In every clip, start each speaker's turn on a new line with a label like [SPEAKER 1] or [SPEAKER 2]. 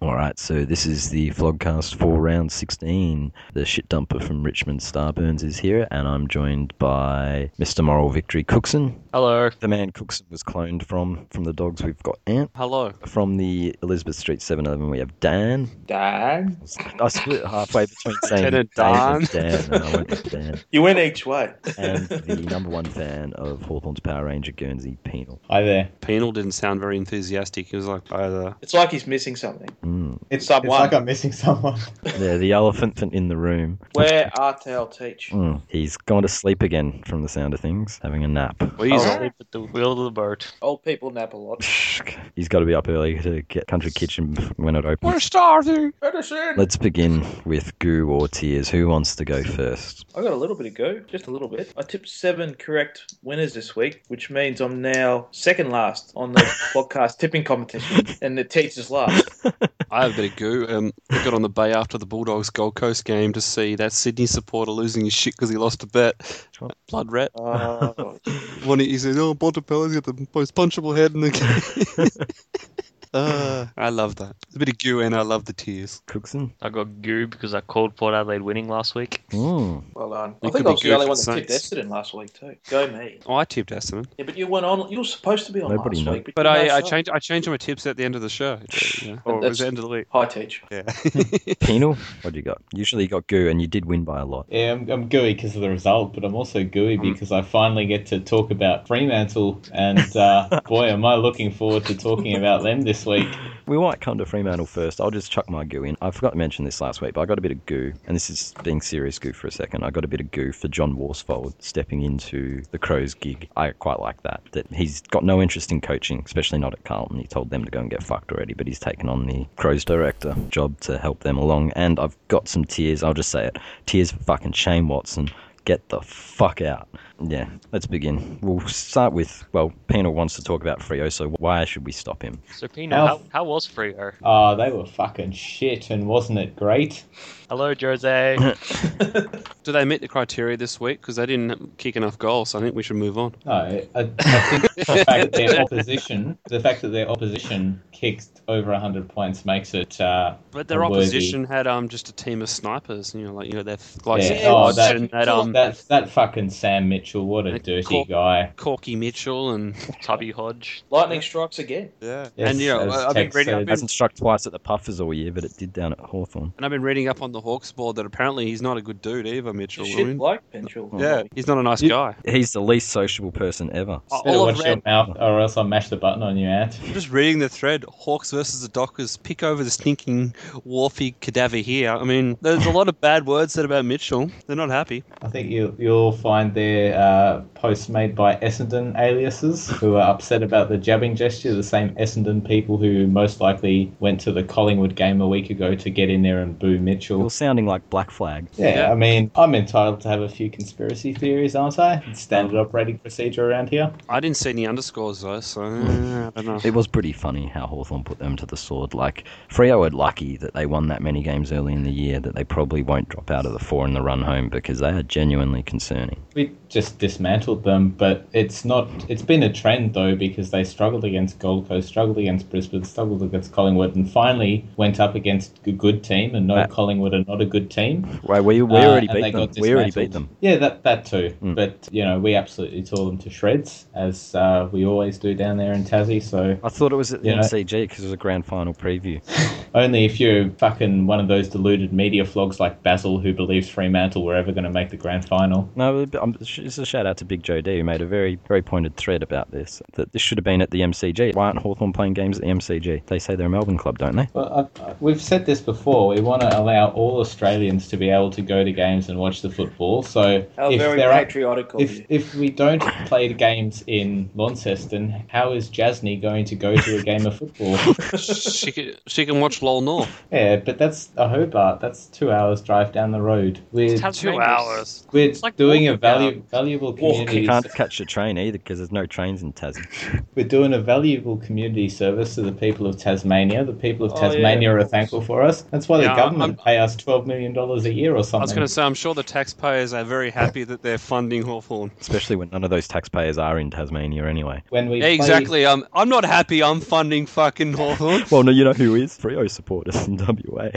[SPEAKER 1] All right, so this is the Flogcast for round 16. The shit dumper from Richmond Starburns is here, and I'm joined by Mr. Moral Victory Cookson.
[SPEAKER 2] Hello.
[SPEAKER 1] The man Cookson was cloned from. From the dogs, we've got Ant.
[SPEAKER 2] Hello.
[SPEAKER 1] From the Elizabeth Street 7 Eleven, we have Dan.
[SPEAKER 3] Dad?
[SPEAKER 1] I split halfway between saying
[SPEAKER 2] Lieutenant
[SPEAKER 1] Dave and Dan, and I went with Dan.
[SPEAKER 3] You went each way.
[SPEAKER 1] And the number one fan of Hawthorn's Power Ranger, Guernsey Penal.
[SPEAKER 4] Hi there.
[SPEAKER 2] Penal didn't sound very enthusiastic. He was like either
[SPEAKER 3] it's like he's missing something.
[SPEAKER 1] Mm.
[SPEAKER 3] It's someone.
[SPEAKER 4] It's like I'm missing someone.
[SPEAKER 1] Yeah, the elephant in the room.
[SPEAKER 3] Where Artel teach?
[SPEAKER 1] Mm. He's gone to sleep again from the sound of things, having a nap.
[SPEAKER 2] we used to
[SPEAKER 3] Alright.
[SPEAKER 2] sleep at the wheel of the boat.
[SPEAKER 3] Old people nap a lot.
[SPEAKER 1] He's got to be up early to get Country Kitchen when it opens.
[SPEAKER 2] starving.
[SPEAKER 3] Medicine.
[SPEAKER 1] Let's begin with goo or tears. Who wants to go first?
[SPEAKER 3] I got a little bit of go, just a little bit. I tipped seven correct winners this week, which means I'm now second last on the podcast tipping competition, and the teacher's last.
[SPEAKER 2] I have a bit of goo. Um, I got on the bay after the Bulldogs Gold Coast game to see that Sydney supporter losing his shit because he lost a bet. Blood rat.
[SPEAKER 3] Oh,
[SPEAKER 2] One, he said, "Oh, Bontempelli's got the most punchable head in the game." Ah, I love that. It's a bit of goo, and I love the tears.
[SPEAKER 1] Cookson?
[SPEAKER 5] I got goo because I called Port Adelaide winning last week.
[SPEAKER 1] Mm.
[SPEAKER 3] well done.
[SPEAKER 2] You
[SPEAKER 3] I think
[SPEAKER 2] could
[SPEAKER 3] I was
[SPEAKER 2] be
[SPEAKER 3] the only
[SPEAKER 2] good
[SPEAKER 3] one
[SPEAKER 2] for
[SPEAKER 3] that tipped
[SPEAKER 2] Saints.
[SPEAKER 3] Essendon last week too. Go me.
[SPEAKER 2] Oh, I tipped Essendon,
[SPEAKER 3] Yeah, but you weren't on. You were supposed to be on
[SPEAKER 1] Nobody
[SPEAKER 3] last
[SPEAKER 1] knows.
[SPEAKER 3] week,
[SPEAKER 2] but
[SPEAKER 3] you
[SPEAKER 2] I, I
[SPEAKER 3] messed up.
[SPEAKER 2] changed I changed my tips at the end of the show, yeah. or it was
[SPEAKER 3] That's-
[SPEAKER 2] the end of the week.
[SPEAKER 3] Hi, teach.
[SPEAKER 2] Yeah.
[SPEAKER 1] Penal? What do you got? Usually you got goo, and you did win by a lot.
[SPEAKER 4] Yeah, I'm, I'm gooey because of the result, but I'm also gooey
[SPEAKER 2] Hmm.
[SPEAKER 4] because I finally get to talk about Fremantle, and uh, boy, am I looking forward to talking about them this week.
[SPEAKER 1] We might come to Fremantle first. I'll just chuck my goo in. I forgot to mention this last week, but I got a bit of goo, and this is being serious goo for a second. I got a bit of goo for John Worsfold stepping into the Crows gig. I quite like that. That he's got no interest in coaching, especially not at Carlton. He told them to go and get fucked already, but he's taken on the Crows director job to help them along. And I've got some tears. I'll just say it. Tears for fucking Shane Watson. Get the fuck out. Yeah, let's begin. We'll start with, well, Penal wants to talk about Frio, so why should we stop him?
[SPEAKER 5] So Pino,
[SPEAKER 4] Alf.
[SPEAKER 5] how, how was Freo?
[SPEAKER 4] Oh, they were fucking shit, and wasn't it great?
[SPEAKER 5] Hello, Jose.
[SPEAKER 2] Do they meet the criteria this week? Because they didn't kick enough goals, so I think we should move on.
[SPEAKER 4] No, I, I think the fact that their opposition, the fact that their opposition kicked over 100 points makes it. Uh,
[SPEAKER 2] But their
[SPEAKER 4] a worthy-
[SPEAKER 2] opposition had um just a team of snipers, you know, like you know, they're like
[SPEAKER 4] Yeah,
[SPEAKER 2] Scott
[SPEAKER 4] oh, that-
[SPEAKER 2] and that um
[SPEAKER 4] that that fucking Sam Mitchell, what a
[SPEAKER 2] That
[SPEAKER 4] dirty
[SPEAKER 2] cor-
[SPEAKER 4] guy.
[SPEAKER 2] Corky Mitchell and
[SPEAKER 5] Tubby Hodge.
[SPEAKER 3] Lightning strikes again.
[SPEAKER 2] yeah,
[SPEAKER 4] Yes,
[SPEAKER 2] and you know,
[SPEAKER 4] as
[SPEAKER 2] I- I've been
[SPEAKER 4] Tex
[SPEAKER 2] reading, I've
[SPEAKER 4] said.
[SPEAKER 1] It
[SPEAKER 2] been,
[SPEAKER 1] hasn't struck twice at the Puffers all year, but it did down at Hawthorn.
[SPEAKER 2] and I've been reading up on the Hawks board that apparently he's not a good dude either, Mitchell. I
[SPEAKER 3] Shit,
[SPEAKER 2] mean,
[SPEAKER 3] like Penchel.
[SPEAKER 2] yeah, he's not a nice
[SPEAKER 1] You-
[SPEAKER 2] guy.
[SPEAKER 1] He's the least sociable person ever.
[SPEAKER 2] I-
[SPEAKER 4] Better
[SPEAKER 2] All
[SPEAKER 4] watch
[SPEAKER 2] I've
[SPEAKER 4] your
[SPEAKER 2] read,
[SPEAKER 4] mouth, or else I'll mash the button on you, Ant.
[SPEAKER 2] just reading the thread, Hawks versus the Dockers, pick over the stinking wharfy cadaver here. I mean, there's a lot of bad words said about Mitchell. They're not happy.
[SPEAKER 4] I think you, you'll find their uh, posts made by Essendon aliases who are upset about the jabbing gesture, the same Essendon people who most likely went to the Collingwood game a week ago to get in there and boo
[SPEAKER 1] You're
[SPEAKER 4] Mitchell.
[SPEAKER 1] sounding like Black Flag.
[SPEAKER 4] Yeah,
[SPEAKER 2] Yeah.
[SPEAKER 4] I mean, I'm entitled to have a few conspiracy theories, aren't I? It's standard operating procedure around here.
[SPEAKER 2] I didn't see any underscores though, so uh, I don't know.
[SPEAKER 1] It was pretty funny how Hawthorn put them to the sword. Like, Freo are lucky that they won that many games early in the year that they probably won't drop out of the four in the run home because they are genuinely concerning.
[SPEAKER 4] We just dismantled them, but it's not. It's been a trend though because they struggled against Gold Coast, struggled against Brisbane, struggled against Collingwood, and finally went up against a good team. And no,
[SPEAKER 1] That-
[SPEAKER 4] Collingwood are not a good team.
[SPEAKER 1] Right, we, we
[SPEAKER 4] Uh,
[SPEAKER 1] already
[SPEAKER 4] and they
[SPEAKER 1] beat them.
[SPEAKER 4] got
[SPEAKER 1] We already beat
[SPEAKER 4] dismantled.
[SPEAKER 1] them.
[SPEAKER 4] Yeah, that that too.
[SPEAKER 1] Mm.
[SPEAKER 4] But you know, we absolutely tore them to shreds as uh, we always do down there in Tassie. So
[SPEAKER 1] I thought it was at the
[SPEAKER 4] Yeah.
[SPEAKER 1] MCG because it was a grand final preview.
[SPEAKER 4] only if you're fucking one of those deluded media flogs like Basil who believes Fremantle were ever going to make the grand final.
[SPEAKER 1] No, but I'm- um, sh- This is a shout out to Big Joe D, who made a very, very pointed thread about this. That this should have been at the MCG. Why aren't Hawthorn playing games at the MCG? They say they're a Melbourne club, don't they?
[SPEAKER 4] Well, I, I- we've said this before. We want to allow all Australians to be able to go to games and watch the football. So
[SPEAKER 3] How
[SPEAKER 4] if
[SPEAKER 3] Oh, very
[SPEAKER 4] there are,
[SPEAKER 3] patriotic of
[SPEAKER 4] if
[SPEAKER 3] you.
[SPEAKER 4] if we don't play the games in Launceston, how is Jasny going to go to a game of football?
[SPEAKER 2] she, can, she can watch LOL North.
[SPEAKER 4] yeah, but that's a Hobart. That's two hours drive down the road. We're
[SPEAKER 5] Tasmania's-
[SPEAKER 4] two We're
[SPEAKER 5] like
[SPEAKER 4] doing a
[SPEAKER 5] walking
[SPEAKER 4] valu- valuable
[SPEAKER 3] Walk.
[SPEAKER 4] community.
[SPEAKER 1] You can't catch a train either because there's no trains in Tassie.
[SPEAKER 4] We're doing a valuable community service to the people of Tasmania. The people of
[SPEAKER 3] Oh, yeah,
[SPEAKER 4] Tasmania
[SPEAKER 3] of
[SPEAKER 4] are
[SPEAKER 3] course.
[SPEAKER 4] thankful for us. That's why
[SPEAKER 2] Yeah,
[SPEAKER 4] the
[SPEAKER 2] I'm-
[SPEAKER 4] government pay us twelve million dollars a year or something.
[SPEAKER 2] I was going to say, I'm sure the taxpayers are very happy that they're funding Hawthorn.
[SPEAKER 1] Especially when none of those taxpayers are in Tasmania anyway.
[SPEAKER 4] when we
[SPEAKER 2] Yeah,
[SPEAKER 4] play-
[SPEAKER 2] exactly. Um, I'm not happy I'm funding fucking Hawthorn.
[SPEAKER 1] Well, no, you know who is Frio supporters in WA,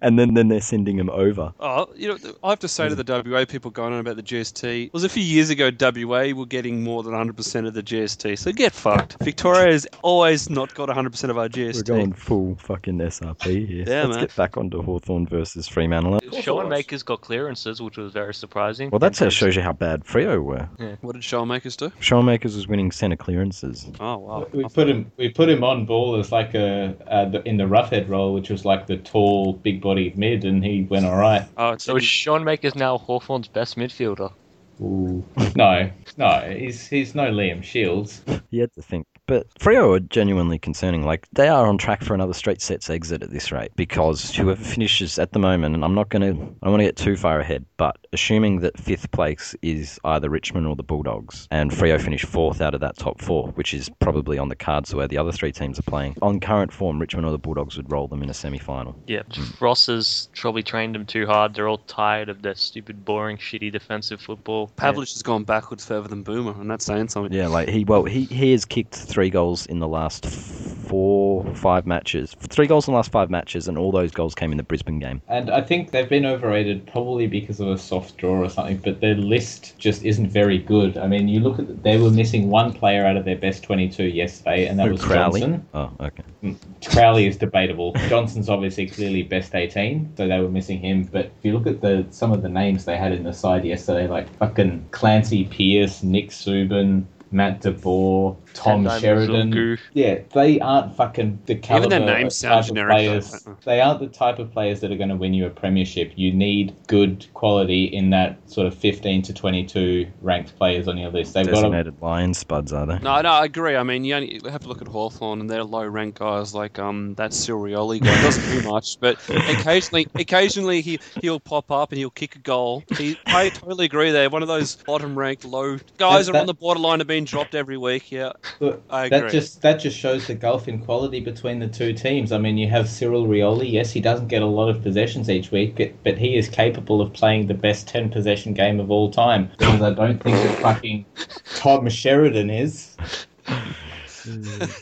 [SPEAKER 1] and then then they're sending them over.
[SPEAKER 2] Oh, you know, I have to say to the WA people going on about the GST, it was a few years ago WA were getting more than 100% of the GST, so get fucked. Victoria has always not got 100% of our
[SPEAKER 1] We're
[SPEAKER 2] GST.
[SPEAKER 1] going full fucking SRP here.
[SPEAKER 2] Yeah,
[SPEAKER 1] Let's
[SPEAKER 2] man.
[SPEAKER 1] get back onto Hawthorn versus Fremantle.
[SPEAKER 3] course it
[SPEAKER 5] Shawn
[SPEAKER 3] was.
[SPEAKER 5] Makers got clearances, which was very surprising.
[SPEAKER 1] Well, that shows you how bad Frio were.
[SPEAKER 2] What did Showmakers do?
[SPEAKER 1] Showmakers was winning centre clearances.
[SPEAKER 2] Oh, wow.
[SPEAKER 4] We put him. We put him on ball as like a uh, the, in the roughhead role, which was like the tall, big-bodied mid, and he went all right.
[SPEAKER 2] Oh, it's
[SPEAKER 5] So is Shawn Makers now Hawthorn's best midfielder?
[SPEAKER 4] Ooh. No, no, he's he's no Liam Shields.
[SPEAKER 1] He had to think. But Frio are genuinely concerning. Like, they are on track for another straight sets exit at this rate because whoever finishes at the moment, and I'm not going to, I don't want to get too far ahead, but assuming that fifth place is either Richmond or the Bulldogs, and Frio finish fourth out of that top four, which is probably on the cards where the other three teams are playing. On current form, Richmond or the Bulldogs would roll them in a semi final.
[SPEAKER 5] Yeah. Ross has probably trained them too hard. They're all tired of their stupid, boring, shitty defensive football.
[SPEAKER 2] Pavlich has gone backwards further than Boomer, and that's saying something.
[SPEAKER 1] Yeah, like he well he he has kicked three goals in the last four five matches. Three goals in the last five matches, and all those goals came in the Brisbane game.
[SPEAKER 4] And I think they've been overrated probably because of a soft draw or something. But their list just isn't very good. I mean, you look at they were missing one player out of their best twenty-two yesterday, and that
[SPEAKER 1] Who,
[SPEAKER 4] was
[SPEAKER 1] Crowley?
[SPEAKER 4] Johnson.
[SPEAKER 1] Oh, okay.
[SPEAKER 4] Crowley is debatable. Johnson's obviously clearly best 18, so they were missing him. But if you look at the some of the names they had in the side yesterday, like fucking Clancy Pierce, Nick Subin, Matt DeBoer, Tom
[SPEAKER 5] Tendai
[SPEAKER 4] Sheridan.
[SPEAKER 5] Muzungu.
[SPEAKER 4] Yeah, they aren't fucking the caliber
[SPEAKER 2] Even their names
[SPEAKER 4] of
[SPEAKER 2] sound
[SPEAKER 4] type of
[SPEAKER 2] generic,
[SPEAKER 4] Players.
[SPEAKER 2] though.
[SPEAKER 4] They aren't the type of players that are going to win you a premiership. You need good quality in that sort of 15 to 22 ranked players on your list. They've got to,
[SPEAKER 1] Designated lion spuds are they?
[SPEAKER 2] No, no, I agree. I mean, you only you have to look at Hawthorn and their low rank guys like um that Sirioli guy doesn't do much, but occasionally, occasionally he he'll pop up and he'll kick a goal. He, I totally agree there. One of those bottom ranked low guys are
[SPEAKER 4] That- that-
[SPEAKER 2] on the borderline of being dropped every week. Yeah, I agree.
[SPEAKER 4] That just that just shows the gulf in quality between the two teams. I mean, you have Cyril Rioli. Yes, he doesn't get a lot of possessions each week, but, but he is capable of playing the best ten possession game of all time. Because I don't think that fucking Tom Sheridan is.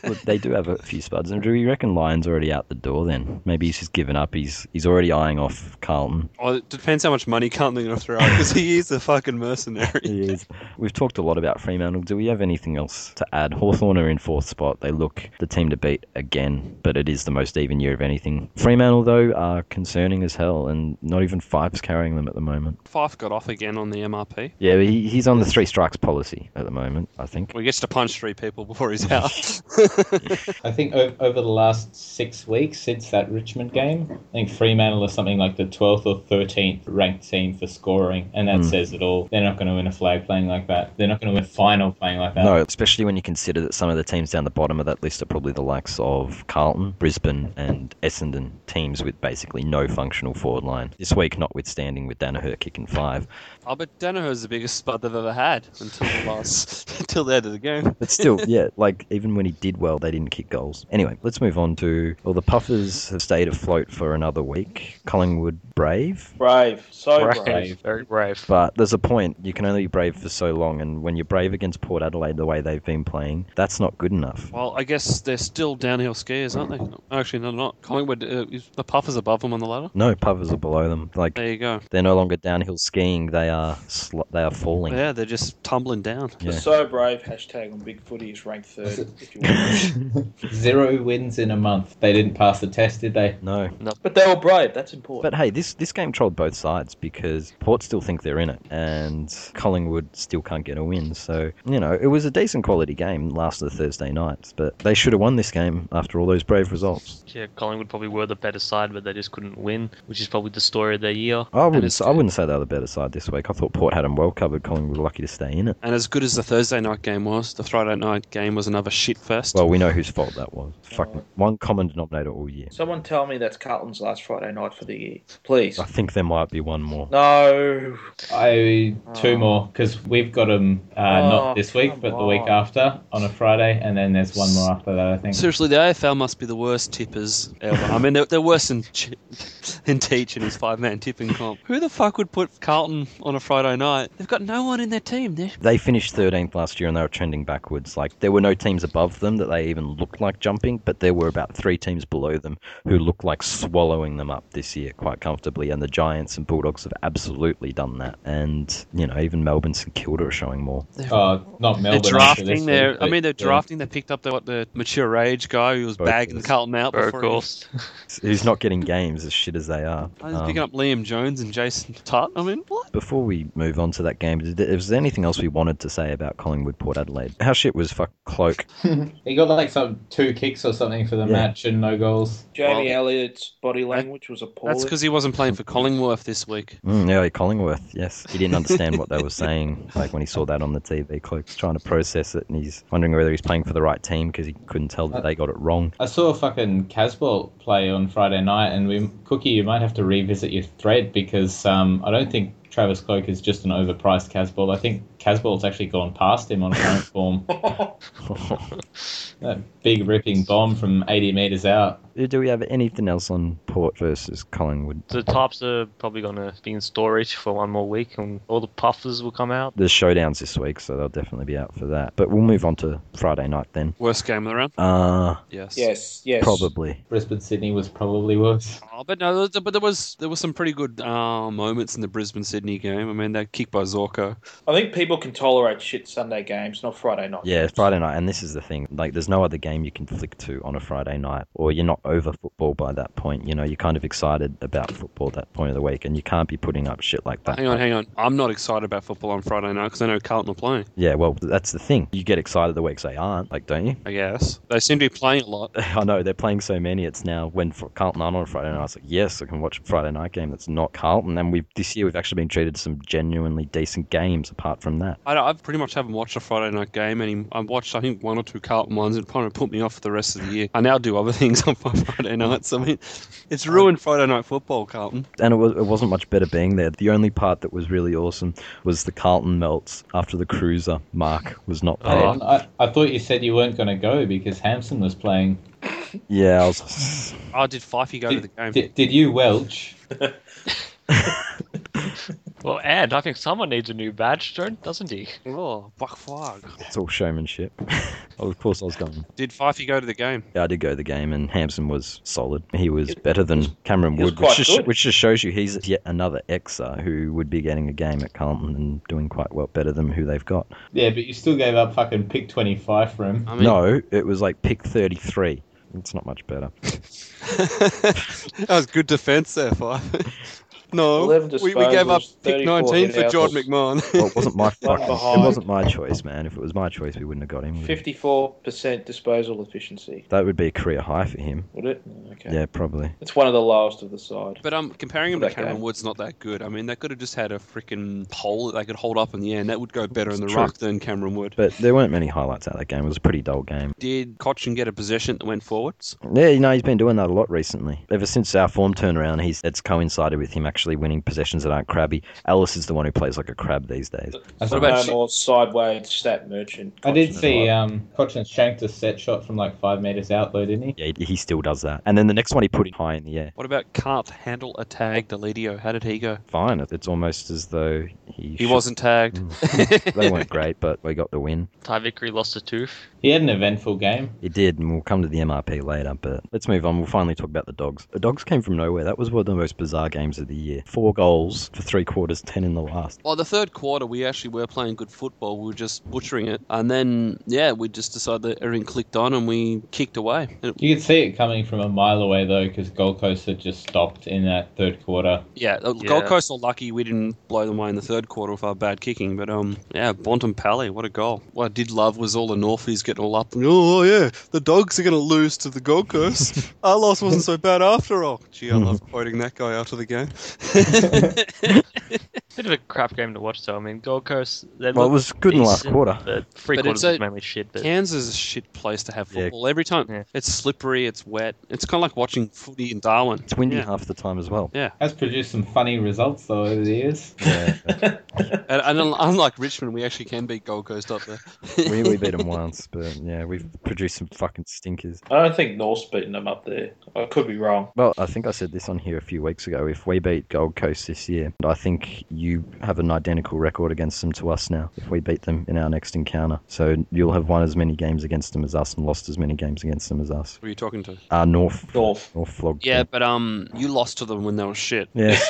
[SPEAKER 1] Look, they do have a few spuds. And do we reckon Lyon's already out the door then? Maybe he's just given up. He's he's already eyeing off Carlton.
[SPEAKER 2] Well, Oh, it depends how much money Carlton are going to throw out because he is a fucking mercenary.
[SPEAKER 1] He is. We've talked a lot about Fremantle. Do we have anything else to add? Hawthorn are in fourth spot. They look the team to beat again, but it is the most even year of anything. Fremantle, though, are concerning as hell, and not even Fife's carrying them at the moment.
[SPEAKER 2] Fife got off again on the MRP.
[SPEAKER 1] Yeah, but he, he's on the three strikes policy at the moment, I think.
[SPEAKER 2] Well, he gets to punch three people before he's out.
[SPEAKER 4] I think o- over the last six weeks since that Richmond game, I think Fremantle is something like the twelfth or thirteenth ranked team for scoring, and
[SPEAKER 2] Hmm.
[SPEAKER 4] that says it all. They're not going to win a flag playing like that. They're not going to win a final playing like that.
[SPEAKER 1] No, especially when you consider that some of the teams down the bottom of that list are probably the likes of Carlton, Brisbane, and Essendon teams with basically no functional forward line. This week, notwithstanding, with Danaher kicking five,
[SPEAKER 2] I bet Oh, Danaher's the biggest spud they've ever had until the last, until the end of the game.
[SPEAKER 1] But still, yeah, like even when he did well, they didn't kick goals. Anyway, let's move on to well, the Puffers have stayed afloat for another week. Collingwood brave,
[SPEAKER 3] Brave. So brave.
[SPEAKER 5] Brave. Very brave.
[SPEAKER 1] but there's a point. You can only be brave for so long, and when you're brave against Port Adelaide the way they've been playing, that's not good enough.
[SPEAKER 2] Well, I guess they're still downhill skiers, aren't they? No, Actually, no, they're not. Collingwood, uh, is- the puffers above them on the ladder.
[SPEAKER 1] No, Puffers are below them. Like
[SPEAKER 2] There you go.
[SPEAKER 1] they're no longer downhill skiing; they are sl- they are falling.
[SPEAKER 2] Yeah, they're just tumbling down.
[SPEAKER 1] Yeah.
[SPEAKER 3] So brave. Hashtag on Big Footy is ranked third. if you want.
[SPEAKER 4] Zero wins in a month. They didn't pass the test, did they?
[SPEAKER 1] No.
[SPEAKER 3] But they were brave. That's important.
[SPEAKER 1] But hey, this, this game trolled both sides because Port still think they're in it and Collingwood still can't get a win. So, you know, it was a decent quality game last of the Thursday nights, but they should have won this game after all those brave results.
[SPEAKER 5] Yeah, Collingwood probably were the better side, but they just couldn't win, which is probably the story of their year.
[SPEAKER 1] I
[SPEAKER 5] And
[SPEAKER 1] wouldn't,
[SPEAKER 5] it's-
[SPEAKER 1] s- I wouldn't say they were the better side this week. I thought Port had them well covered. Collingwood were lucky to stay in it.
[SPEAKER 2] And as good as the Thursday night game was, the Friday night game was another shit fest.
[SPEAKER 1] Well, we know whose fault that was. Fuck, one common denominator all year.
[SPEAKER 3] Someone tell me that's Carlton's last Friday night for the year, please.
[SPEAKER 1] I think there might be one more.
[SPEAKER 3] No.
[SPEAKER 4] I two
[SPEAKER 3] Oh.
[SPEAKER 4] more because we've got them uh,
[SPEAKER 3] Oh,
[SPEAKER 4] not this week,
[SPEAKER 3] come
[SPEAKER 4] but the week
[SPEAKER 3] on.
[SPEAKER 4] after on a Friday, and then there's one more after that. I think.
[SPEAKER 2] Seriously, the AFL must be the worst tippers ever. I mean, they're, they're worse than, Ch- than Teach and his five man tipping comp. Who the fuck would put Carlton on a Friday night? They've got no one in their team. They're
[SPEAKER 1] They finished 13th last year and they were trending backwards. Like, there were no teams above them that they even looked like jumping, but there were about three teams below them who looked like swallowing them up this year quite comfortably. And the Giants and Bulldogs have absolutely done that. And, you know, even Melbourne St Kilda are showing more.
[SPEAKER 4] Oh, not
[SPEAKER 2] They're
[SPEAKER 4] Melbourne. after this
[SPEAKER 2] drafting
[SPEAKER 4] week,
[SPEAKER 2] their. I
[SPEAKER 4] but
[SPEAKER 2] mean, they're
[SPEAKER 4] the-
[SPEAKER 2] drafting. They picked up the, what, the mature age guy who was
[SPEAKER 1] Burkhurst.
[SPEAKER 2] bagging Carlton out before. He,
[SPEAKER 5] Burkhurst.
[SPEAKER 1] Who's not getting games as shit as they are.
[SPEAKER 2] I was
[SPEAKER 1] Um,
[SPEAKER 2] picking up Liam Jones and Jason Tutt. I mean, what?
[SPEAKER 1] Before we move on to that game, did there- was there anything else we wanted to say about Collingwood Port Adelaide? How shit was fuck Cloak?
[SPEAKER 4] He got like some two kicks or something for the
[SPEAKER 1] Yeah.
[SPEAKER 4] match and no goals.
[SPEAKER 3] Jamie
[SPEAKER 2] Well,
[SPEAKER 3] Elliott's body language was appalling.
[SPEAKER 2] That's because he wasn't playing for Collingworth this week.
[SPEAKER 1] Mm, yeah, Collingworth. Yes, he didn't understand what they were saying. Like when he saw that on the TV, Cloak's trying to process it, and he's wondering whether he's playing for the right team because he couldn't tell that they got it wrong.
[SPEAKER 4] I saw fucking Casbolt play on Friday night, and we Cookie, you might have to revisit your thread because um, I don't think Travis Cloak is just an overpriced Casbolt. I think Casbolt's actually gone past him on current form. That big ripping bomb from 80 meters out.
[SPEAKER 1] Do we have anything else on Port versus Collingwood?
[SPEAKER 5] The tops are probably going to be in storage for one more week, and all the puffers will come out.
[SPEAKER 1] The showdowns this week, so they'll definitely be out for that. But we'll move on to Friday night then.
[SPEAKER 2] Worst game of the round.
[SPEAKER 1] Uh
[SPEAKER 2] Yes.
[SPEAKER 3] Yes, yes.
[SPEAKER 1] probably.
[SPEAKER 4] Brisbane Sydney was probably worse.
[SPEAKER 2] Oh, but no, th- but there was there was some pretty good uh, moments in the Brisbane Sydney game. I mean, that kick by Zorko.
[SPEAKER 3] I think people can tolerate shit Sunday games, not Friday night.
[SPEAKER 1] Yeah, it's Friday night, and this is the thing. Like, there's no other game you can flick to on a Friday night, or you're not over football by that point. You know, you're kind of excited about football at that point of the week, and you can't be putting up shit like that.
[SPEAKER 2] Hang on, hang on. I'm not excited about football on Friday night because I know Carlton are playing.
[SPEAKER 1] Yeah, well, that's the thing. You get excited the weeks they aren't, like, don't you?
[SPEAKER 2] I guess they seem to be playing a lot.
[SPEAKER 1] I know they're playing so many. It's now when for Carlton aren't on Friday night. It's like yes, I can watch a Friday night game that's not Carlton. And we've this year we've actually been treated to some genuinely decent games. Apart from that,
[SPEAKER 2] I, don't- I pretty much haven't watched a Friday night game, and I watched I think one or two Carlton ones, and kind of put me off for the rest of the year. I now do other things on my Friday nights. I mean, it's ruined Friday night football, Carlton.
[SPEAKER 1] and it, was, it wasn't much better being there. The only part that was really awesome was the Carlton melts after the cruiser mark was not paid.
[SPEAKER 4] Oh, I, I thought you said you weren't going to go because Hampson was playing.
[SPEAKER 1] Yeah, I was,
[SPEAKER 2] Oh, did Fifey go to
[SPEAKER 4] Did,
[SPEAKER 2] the game?
[SPEAKER 4] did, did you Welch?
[SPEAKER 5] Well, and I think someone needs a new badge, don't, doesn't he?
[SPEAKER 2] Oh, buck flag.
[SPEAKER 1] it's all showmanship. of course, I was going.
[SPEAKER 2] Did Fifey go to the game?
[SPEAKER 1] Yeah, I did go to the game, and Hampson was solid. He was better than Cameron
[SPEAKER 3] he was
[SPEAKER 1] Wood, which
[SPEAKER 3] quite
[SPEAKER 1] just,
[SPEAKER 3] good.
[SPEAKER 1] which just shows you he's yet another Xer who would be getting a game at Carlton and doing quite well, better than who they've got.
[SPEAKER 4] Yeah, but you still gave up fucking pick 25 for him.
[SPEAKER 2] I mean,
[SPEAKER 1] no, it was like pick 33. It's not much better.
[SPEAKER 2] that was good defense there, Five. No,
[SPEAKER 3] 11
[SPEAKER 2] we, we gave up
[SPEAKER 3] disposals,
[SPEAKER 2] pick
[SPEAKER 3] 34
[SPEAKER 2] 19 for
[SPEAKER 3] hit-outs.
[SPEAKER 2] John McMahon.
[SPEAKER 1] Well, it wasn't my
[SPEAKER 3] One
[SPEAKER 1] fucking, it
[SPEAKER 3] behind.
[SPEAKER 1] wasn't my choice, man. If it was my choice, we wouldn't have got him. would we?
[SPEAKER 3] Fifty-four percent disposal efficiency.
[SPEAKER 1] That would be a career high for him.
[SPEAKER 3] Would it? Okay.
[SPEAKER 1] Yeah, probably.
[SPEAKER 3] It's one of the lowest of the side.
[SPEAKER 2] But um, comparing him
[SPEAKER 3] For
[SPEAKER 2] to
[SPEAKER 3] that
[SPEAKER 2] Cameron
[SPEAKER 3] game.
[SPEAKER 2] Wood's not that good. I mean, they could have just had a freaking pole that they could hold up in the air, and that would go better in the
[SPEAKER 1] It's
[SPEAKER 2] ruck than Cameron Wood.
[SPEAKER 1] But there weren't many highlights out of that game. It was a pretty dull game.
[SPEAKER 2] Did Cochin get a possession that went forwards?
[SPEAKER 1] Yeah, you know, he's been doing that a lot recently. Ever since our form turnaround, he's it's coincided with him actually winning possessions that aren't crabby. Alice is the one who plays like a crab these days.
[SPEAKER 4] I,
[SPEAKER 2] What
[SPEAKER 4] saw-
[SPEAKER 2] about
[SPEAKER 3] No
[SPEAKER 2] Shi-
[SPEAKER 3] more sideways stat merchant.
[SPEAKER 4] I did
[SPEAKER 3] Cochin
[SPEAKER 4] see
[SPEAKER 3] as
[SPEAKER 4] um, Cochin shanked a set shot from like five meters out, though, didn't he?
[SPEAKER 1] Yeah, he he still does that. And then the next one he put it high in the air.
[SPEAKER 2] What about can't handle a tag? Delidio, how did he go?
[SPEAKER 1] Fine, it's almost as though he
[SPEAKER 2] He
[SPEAKER 1] should-
[SPEAKER 2] wasn't tagged. Mm.
[SPEAKER 1] They weren't great, but we got the win.
[SPEAKER 5] Ty Vickery lost a tooth.
[SPEAKER 4] He had an eventful game.
[SPEAKER 1] It did, and we'll come to the MRP later, but let's move on. We'll finally talk about the dogs. The dogs came from nowhere. That was one of the most bizarre games of the year. year. Four goals for three quarters, ten in the last.
[SPEAKER 2] Well, the third quarter, we actually were playing good football. We were just butchering it. And then, yeah, we just decided that everything clicked on and we kicked away. And it-
[SPEAKER 4] You could see it coming from a mile away though, because Gold Coast had just stopped in that third quarter.
[SPEAKER 2] yeah, uh, Gold
[SPEAKER 5] Yeah.
[SPEAKER 2] Coast are lucky we didn't blow them away in the third quarter with our bad kicking. But, um, yeah, Bonton Pally, what a goal. What I did love was all the Northies getting all up. And, oh, yeah, the dogs are going to lose to the Gold Coast. our loss wasn't so bad after all. Gee, I love quoting that guy after the game.
[SPEAKER 5] Bit of a crap game to watch, though. I mean, Gold Coast. They
[SPEAKER 1] Well, it
[SPEAKER 5] looked
[SPEAKER 1] was good in the last
[SPEAKER 5] decent,
[SPEAKER 1] quarter.
[SPEAKER 5] But three
[SPEAKER 2] But it's
[SPEAKER 5] quarters
[SPEAKER 2] a-
[SPEAKER 5] was mainly shit. But
[SPEAKER 2] Cairns is a shit place to have
[SPEAKER 1] Yeah.
[SPEAKER 2] football. Every time
[SPEAKER 5] Yeah.
[SPEAKER 2] it's slippery, it's wet. It's kind of like watching footy in Darwin.
[SPEAKER 1] It's windy
[SPEAKER 2] Yeah.
[SPEAKER 1] half the time as well.
[SPEAKER 4] Has produced some funny results though over the years.
[SPEAKER 2] And, and un- unlike Richmond, we actually can beat Gold Coast up there.
[SPEAKER 1] we, we beat them once, but yeah, we've produced some fucking stinkers.
[SPEAKER 3] I don't think North's beating them up there. I could be wrong.
[SPEAKER 1] Well, I think I said this on here a few weeks ago. If we beat Gold Coast this year, I think you have an identical record against them to us now. If we beat them in our next encounter, so you'll have won as many games against them as us and lost as many games against them as us.
[SPEAKER 2] Who are you talking to?
[SPEAKER 1] Our North
[SPEAKER 3] North.
[SPEAKER 1] North Flog.
[SPEAKER 2] Yeah,
[SPEAKER 1] team.
[SPEAKER 2] but um, you lost to them when they were shit.
[SPEAKER 1] Yes.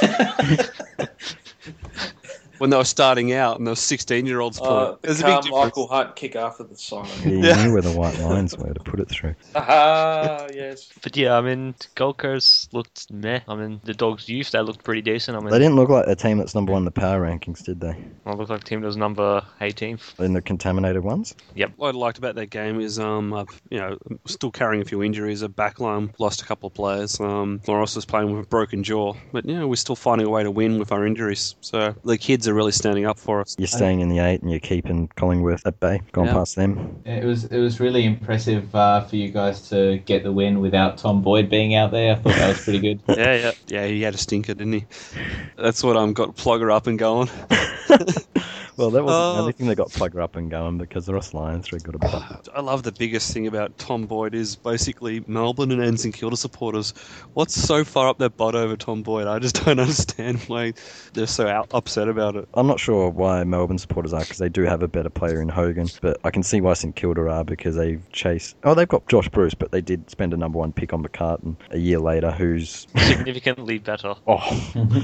[SPEAKER 2] When they were starting out and those sixteen-year-olds.
[SPEAKER 3] Uh,
[SPEAKER 2] playing.
[SPEAKER 3] the
[SPEAKER 2] There's a big difference.
[SPEAKER 3] Michael Hunt kick after the siren.
[SPEAKER 1] You
[SPEAKER 2] Yeah.
[SPEAKER 1] knew where the white lines were to put it through.
[SPEAKER 3] Ah, yes.
[SPEAKER 5] But yeah, I mean, Gold Coast looked meh. I mean, the Dogs youth they looked pretty decent. I mean,
[SPEAKER 1] They didn't look like a team that's number one in the power rankings, did they?
[SPEAKER 5] I looked like team that was number 18th.
[SPEAKER 1] In the contaminated ones?
[SPEAKER 2] What I liked about that game is, um, I've, you know, I'm still carrying a few injuries. A backline lost a couple of players. Um, Loros was playing with a broken jaw, but you know, we're still finding a way to win with our injuries. So the kids are really standing up for us.
[SPEAKER 1] You're staying in the eight and you're keeping Collingworth at bay, gone
[SPEAKER 2] Yeah.
[SPEAKER 1] past them.
[SPEAKER 4] It was it was really impressive uh, for you guys to get the win without Tom Boyd being out there. I thought that was pretty good.
[SPEAKER 2] yeah, yeah, yeah. He had a stinker, didn't he? That's what um got Plugger up and going.
[SPEAKER 1] Well, that wasn't the
[SPEAKER 2] Oh.
[SPEAKER 1] only thing that got Plugger up and going because the Ross Lions were good about it.
[SPEAKER 2] I love the biggest thing about Tom Boyd is basically Melbourne and Ensign Kilda supporters. What's so far up their butt over Tom Boyd? I just don't understand why they're so out, upset about it.
[SPEAKER 1] I'm not sure why Melbourne supporters are because they do have a better player in Hogan, but I can see why St Kilda are because they've chased. Oh, they've got Josh Bruce, but they did spend a number one pick on McCartan a year later, who's.
[SPEAKER 5] Significantly better.
[SPEAKER 1] Oh,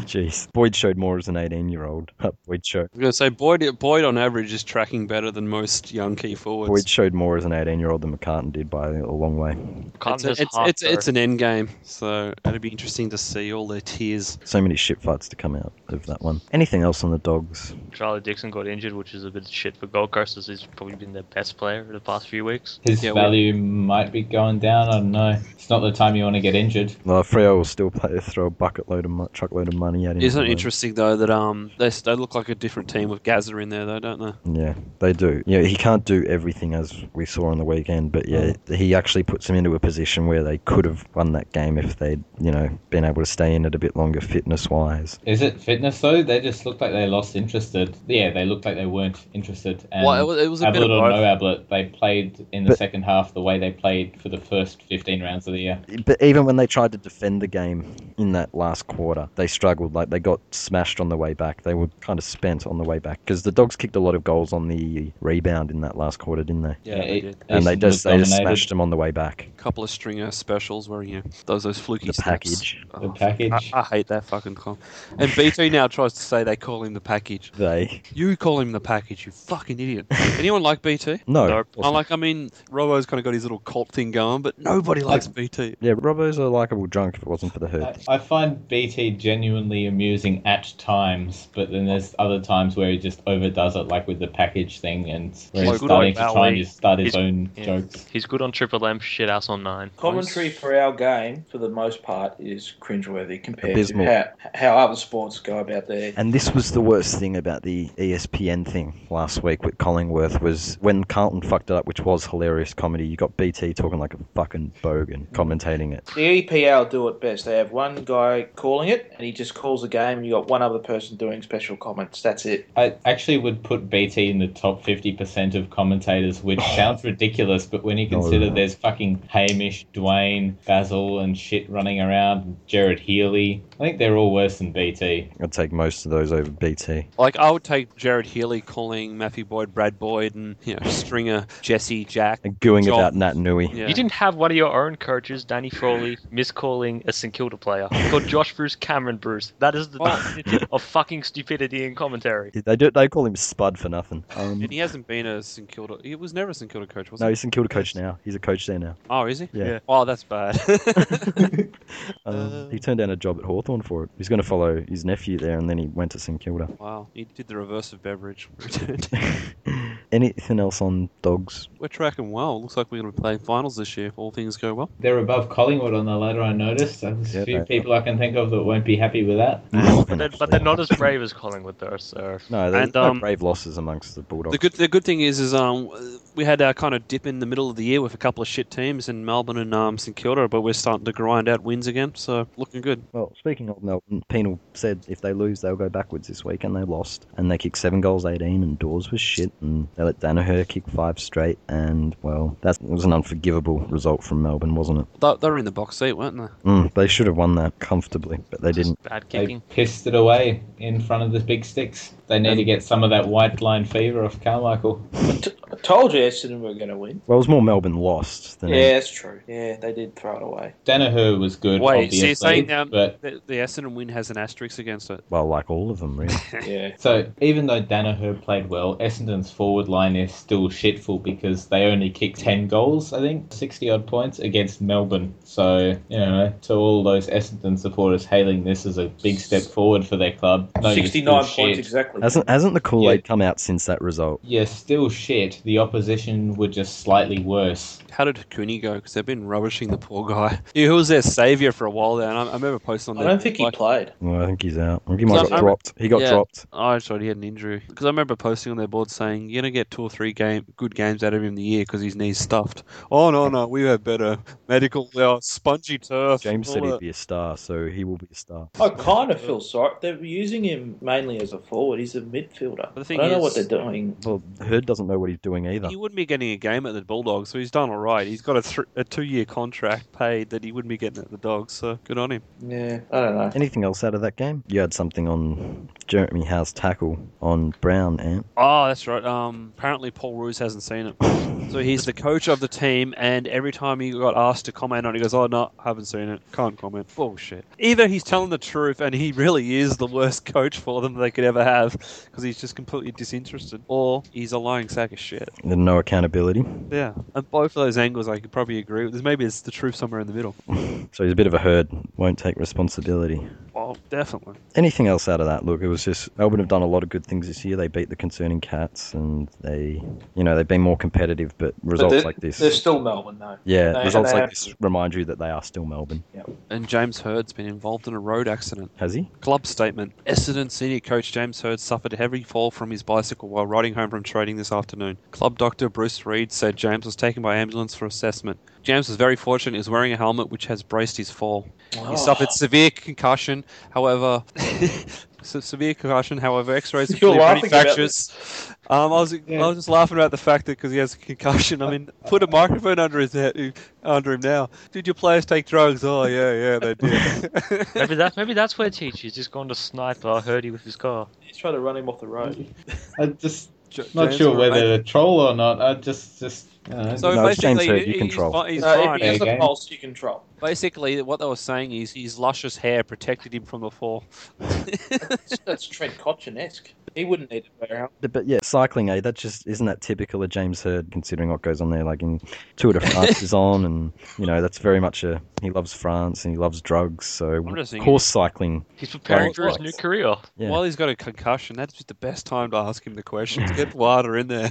[SPEAKER 1] jeez. Boyd showed more as an 18 year old. Boyd, showed,
[SPEAKER 2] I'm gonna say Boyd. Boyd on average is tracking better than most young key forwards.
[SPEAKER 1] Boyd showed more as an 18 year old than McCartan did by a long way.
[SPEAKER 5] Can't
[SPEAKER 2] it's, a-
[SPEAKER 5] just
[SPEAKER 2] it's,
[SPEAKER 5] half,
[SPEAKER 2] it's,
[SPEAKER 5] though.
[SPEAKER 2] it's an end game, so it'd be interesting to see all their tears.
[SPEAKER 1] So many shit fights to come out of that one. Anything else on the dogs?
[SPEAKER 5] Charlie Dixon got injured, which is a bit shit for Gold Coast, as he's probably been their best player in the past few weeks.
[SPEAKER 4] His
[SPEAKER 2] Yeah, we-
[SPEAKER 4] value might be going down. I don't know. It's not the time you want to get injured.
[SPEAKER 1] Well, Freo will still play, throw a bucket load of mo- truckload of money at him.
[SPEAKER 2] Isn't it interesting though that um they, they look like a different team with Gazza in there though, don't they?
[SPEAKER 1] Yeah, they do. Yeah, he can't do everything as we saw on the weekend, but yeah, he actually puts them into a position where they could have won that game if they'd, you know, been able to stay in it a bit longer fitness wise.
[SPEAKER 4] Is it fitness though? They just looked like they lost interested. Yeah, they looked like they weren't interested. And
[SPEAKER 2] Well, it was, it was a bit
[SPEAKER 4] Ablett
[SPEAKER 2] of
[SPEAKER 4] or no
[SPEAKER 2] both.
[SPEAKER 4] Ablett, they played in the
[SPEAKER 1] But-
[SPEAKER 4] second half the way they played for the first 15 rounds of the year.
[SPEAKER 1] But even when they tried to defend the game in that last quarter, they struggled. Like they got smashed on the way back. They were kind of spent on the way back because the dogs kicked a lot of goals on the rebound in that last quarter, didn't they?
[SPEAKER 2] Yeah, they
[SPEAKER 4] it-
[SPEAKER 2] did.
[SPEAKER 1] And they
[SPEAKER 4] Essendon
[SPEAKER 1] just they just
[SPEAKER 4] dominated
[SPEAKER 1] smashed them on the way back.
[SPEAKER 2] couple of stringer specials where you know, those those fluky
[SPEAKER 1] The
[SPEAKER 2] snaps.
[SPEAKER 1] package.
[SPEAKER 2] Oh,
[SPEAKER 4] the package.
[SPEAKER 2] I,
[SPEAKER 1] Uh,
[SPEAKER 2] I hate that fucking call. And BT now tries to say they call him the package.
[SPEAKER 1] They
[SPEAKER 2] You call him the package, you fucking idiot. Anyone like BT?
[SPEAKER 1] no.
[SPEAKER 5] Nope.
[SPEAKER 1] of course
[SPEAKER 2] I like. I mean, Robo's kind of got his little cult thing going, but nobody likes BT.
[SPEAKER 1] Yeah, Robbo's a likable drunk if it wasn't for the herd.
[SPEAKER 4] I, I find BT genuinely amusing at times, but then there's other times where he just overdoes it, like with the package thing, and where
[SPEAKER 5] He's
[SPEAKER 4] he's
[SPEAKER 5] good
[SPEAKER 4] starting
[SPEAKER 5] on
[SPEAKER 4] to try and
[SPEAKER 5] Bowie.
[SPEAKER 4] just start his
[SPEAKER 5] He's-
[SPEAKER 4] own
[SPEAKER 5] yeah.
[SPEAKER 4] jokes.
[SPEAKER 5] He's good on Triple M, shit ass on nine.
[SPEAKER 3] Commentary for our game, for the most part, is cringeworthy compared
[SPEAKER 1] Abysmal.
[SPEAKER 3] to how, how other sports go about their.
[SPEAKER 1] And this was the worst thing about the E ESPN thing last week with Collingworth was when Carlton fucked it up, which was hilarious comedy. You got BT talking like a fucking bogan, commentating it.
[SPEAKER 3] The EPL do it best. They have one guy calling it, and he just calls the game, and you got one other person doing special comments. That's it.
[SPEAKER 4] I actually would put BT in the top 50% of commentators, which sounds ridiculous, but when you
[SPEAKER 1] No,
[SPEAKER 4] consider
[SPEAKER 1] no.
[SPEAKER 4] there's fucking Hamish, Dwayne, Basil, and shit running around. Jared Healy. I think they're all worse than BT.
[SPEAKER 1] I'd take most of those over BT.
[SPEAKER 2] Like I would take Jared Healy calling Matthew Boyd, Brad Boyd, and you know Stringer, Jesse, Jack.
[SPEAKER 1] And gooing
[SPEAKER 2] Joel.
[SPEAKER 1] about Nat Nui.
[SPEAKER 2] Yeah.
[SPEAKER 5] You didn't have one of your own coaches, Danny Frawley, miscalling a St Kilda player. You called Josh Bruce Cameron Bruce. That is the definition of fucking stupidity in commentary.
[SPEAKER 1] They do. They call him Spud for nothing. Um,
[SPEAKER 2] And he hasn't been a St Kilda. He was never a St Kilda coach, was
[SPEAKER 1] no,
[SPEAKER 2] he?
[SPEAKER 1] he's in Kilda coach now. He's a coach there now.
[SPEAKER 2] Oh, is he?
[SPEAKER 1] Yeah.
[SPEAKER 2] Oh, that's bad.
[SPEAKER 1] Um,
[SPEAKER 2] Uh.
[SPEAKER 1] he turned down a job at Hawthorn for it. He's going to follow his nephew there, and then he went to St Kilda.
[SPEAKER 2] wow, he did the reverse of Beveridge.
[SPEAKER 1] Anything else on dogs?
[SPEAKER 2] we're tracking well. Looks like we're going to be playing finals this year. All things go well.
[SPEAKER 4] They're above Collingwood on the ladder, I noticed. There's
[SPEAKER 1] Yeah,
[SPEAKER 4] a few
[SPEAKER 1] they-
[SPEAKER 4] people I can think of that won't be happy with that.
[SPEAKER 5] But they're, but they're not as brave as Collingwood, though, so.
[SPEAKER 1] No, there's
[SPEAKER 5] and,
[SPEAKER 1] no
[SPEAKER 5] um,
[SPEAKER 1] brave losses amongst the Bulldogs.
[SPEAKER 2] The good the good thing is is um we had our kind of dip in the middle of the year with a couple of shit teams in Melbourne and um, St Kilda, but we're starting to grind out wins again. So looking good.
[SPEAKER 1] Well, speaking of Melbourne, Penal said if they lose, they'll go backwards this week, and they lost. And they kicked seven goals, 18, and Dawes was shit. And they let Danaher kick five straight, and, well, that was an unforgivable result from Melbourne, wasn't it?
[SPEAKER 2] They, they were in the box seat, weren't they?
[SPEAKER 1] Mm, they should have won that comfortably, but they didn't.
[SPEAKER 5] Bad
[SPEAKER 4] They
[SPEAKER 5] kicking.
[SPEAKER 4] pissed it away in front of the big sticks. They need to get some of that white line fever off Carmichael.
[SPEAKER 3] T- I told you Essendon were going to win.
[SPEAKER 1] Well, it was more Melbourne lost than.
[SPEAKER 3] Yeah, that's true. Yeah, they did throw it away.
[SPEAKER 4] Danaher was good,
[SPEAKER 2] Wait, so
[SPEAKER 4] obviously,
[SPEAKER 2] you're saying, um,
[SPEAKER 4] but
[SPEAKER 2] The, the Essendon win has an asterisk against it.
[SPEAKER 1] Well, like all of them, really.
[SPEAKER 3] Yeah.
[SPEAKER 4] so even though Danaher played well, Essendon's forward line is still shitful because they only kicked ten goals, I think, sixty odd points against Melbourne. So you know, to all those Essendon supporters hailing this as a big step forward for their club, no, you're
[SPEAKER 3] 69
[SPEAKER 4] still
[SPEAKER 3] points
[SPEAKER 4] shit.
[SPEAKER 3] exactly.
[SPEAKER 1] hasn't, hasn't the Kool Aid come out since that result?
[SPEAKER 4] Yeah, still shit. The opposition were just slightly worse.
[SPEAKER 2] How did Cooney go? Because they've been rubbishing the poor guy. He was their saviour for a while there, and I, I remember posting on
[SPEAKER 3] I
[SPEAKER 2] their-
[SPEAKER 3] don't think he
[SPEAKER 2] like-
[SPEAKER 3] played.
[SPEAKER 1] Well, I think he's out. I think he might have
[SPEAKER 2] So-
[SPEAKER 1] got dropped. He got
[SPEAKER 2] Yeah.
[SPEAKER 1] dropped.
[SPEAKER 2] Oh, that's right. He had an injury. Because I remember posting on their board saying, you're going to get two or three game good games out of him the year because his knee's stuffed. Oh, no, no. We have better medical, uh, spongy turf.
[SPEAKER 1] James
[SPEAKER 2] all
[SPEAKER 1] said he'd
[SPEAKER 2] that.
[SPEAKER 1] be a star, so he will be a star.
[SPEAKER 3] uh, I kind of feel sorry. They're using him mainly as a forward. He's a midfielder.
[SPEAKER 2] The thing
[SPEAKER 3] I don't know
[SPEAKER 2] is-
[SPEAKER 3] what they're doing.
[SPEAKER 1] Well, Hurd doesn't know what he's doing either.
[SPEAKER 2] He wouldn't be getting a game at the Bulldogs, so he's done all right. He's got a, thr a two year contract paid that he wouldn't be getting at the Dogs, so good on him.
[SPEAKER 3] Yeah, I don't know.
[SPEAKER 1] Anything else out of that game? You had something on Jeremy Howe's tackle on Brown, eh? Ant.
[SPEAKER 2] Oh, that's right. Um, apparently, Paul Roos hasn't seen it. So he's the coach of the team, and every time he got asked to comment on it, he goes, Oh, no, haven't seen it. Can't comment. Bullshit. Either he's telling the truth, and he really is the worst coach for them they could ever have because he's just completely disinterested, or he's a lying sack of shit.
[SPEAKER 1] There's no accountability.
[SPEAKER 2] Yeah. And both of those angles I could probably agree with. There's maybe it's the truth somewhere in the middle.
[SPEAKER 1] So he's a bit of a herd, won't take responsibility.
[SPEAKER 2] Oh, definitely.
[SPEAKER 1] Anything else out of that? Look, it was just Melbourne have done a lot of good things this year. They beat the concerning Cats, and they, you know, they've been more competitive. But results
[SPEAKER 3] they're-
[SPEAKER 1] like
[SPEAKER 3] They're
[SPEAKER 1] this,
[SPEAKER 3] still Melbourne, though.
[SPEAKER 1] yeah,
[SPEAKER 3] they-
[SPEAKER 1] results
[SPEAKER 3] they
[SPEAKER 1] like
[SPEAKER 3] have-
[SPEAKER 1] this remind you that they are still Melbourne.
[SPEAKER 2] And James Hurd's been involved in a road accident.
[SPEAKER 1] Has he?
[SPEAKER 2] Club statement. Essendon senior coach James Hurd suffered a heavy fall from his bicycle while riding home from training this afternoon. Club doctor Bruce Reed said James was taken by ambulance for assessment. James was very fortunate he was wearing a helmet which has braced his fall.
[SPEAKER 3] Oh.
[SPEAKER 2] He suffered severe concussion, however se- severe concussion, however x-rays and
[SPEAKER 3] You were
[SPEAKER 2] clear
[SPEAKER 3] laughing about
[SPEAKER 2] fractures. Um, I was I was just laughing about the fact that because he has a concussion, I mean, put a microphone under his head, uh, under him now. Did your players take drugs? Oh yeah, yeah, they did.
[SPEAKER 5] Maybe, that, maybe that's where teacher's just gone to sniper Hurdy with his car.
[SPEAKER 3] He's trying to run him off the road.
[SPEAKER 4] I just
[SPEAKER 2] J-
[SPEAKER 4] not
[SPEAKER 2] James,
[SPEAKER 4] sure
[SPEAKER 2] alright.
[SPEAKER 4] whether to troll or not. I just just. you know.
[SPEAKER 2] So
[SPEAKER 1] No, it's
[SPEAKER 2] basically,
[SPEAKER 1] James Heard, you
[SPEAKER 2] he's
[SPEAKER 1] control.
[SPEAKER 2] fi- he's
[SPEAKER 3] no,
[SPEAKER 2] fine.
[SPEAKER 3] if he has
[SPEAKER 4] Okay.
[SPEAKER 3] a pulse, you control.
[SPEAKER 2] Basically, what they were saying is his luscious hair protected him from the fall.
[SPEAKER 3] That's Trent Cotchin-esque. He wouldn't need to wear a helmet.
[SPEAKER 1] But, but yeah, cycling, eh? That just isn't that typical of James Hurd, considering what goes on there. Like in Tour de France is on, and you know that's very much a he loves France and he loves drugs. So
[SPEAKER 2] I'm just thinking-
[SPEAKER 1] horse cycling.
[SPEAKER 5] He's preparing
[SPEAKER 1] Right.
[SPEAKER 5] for his new career.
[SPEAKER 1] Yeah.
[SPEAKER 2] While he's got a concussion, that's just the best time to ask him the questions. Get Wilder in there.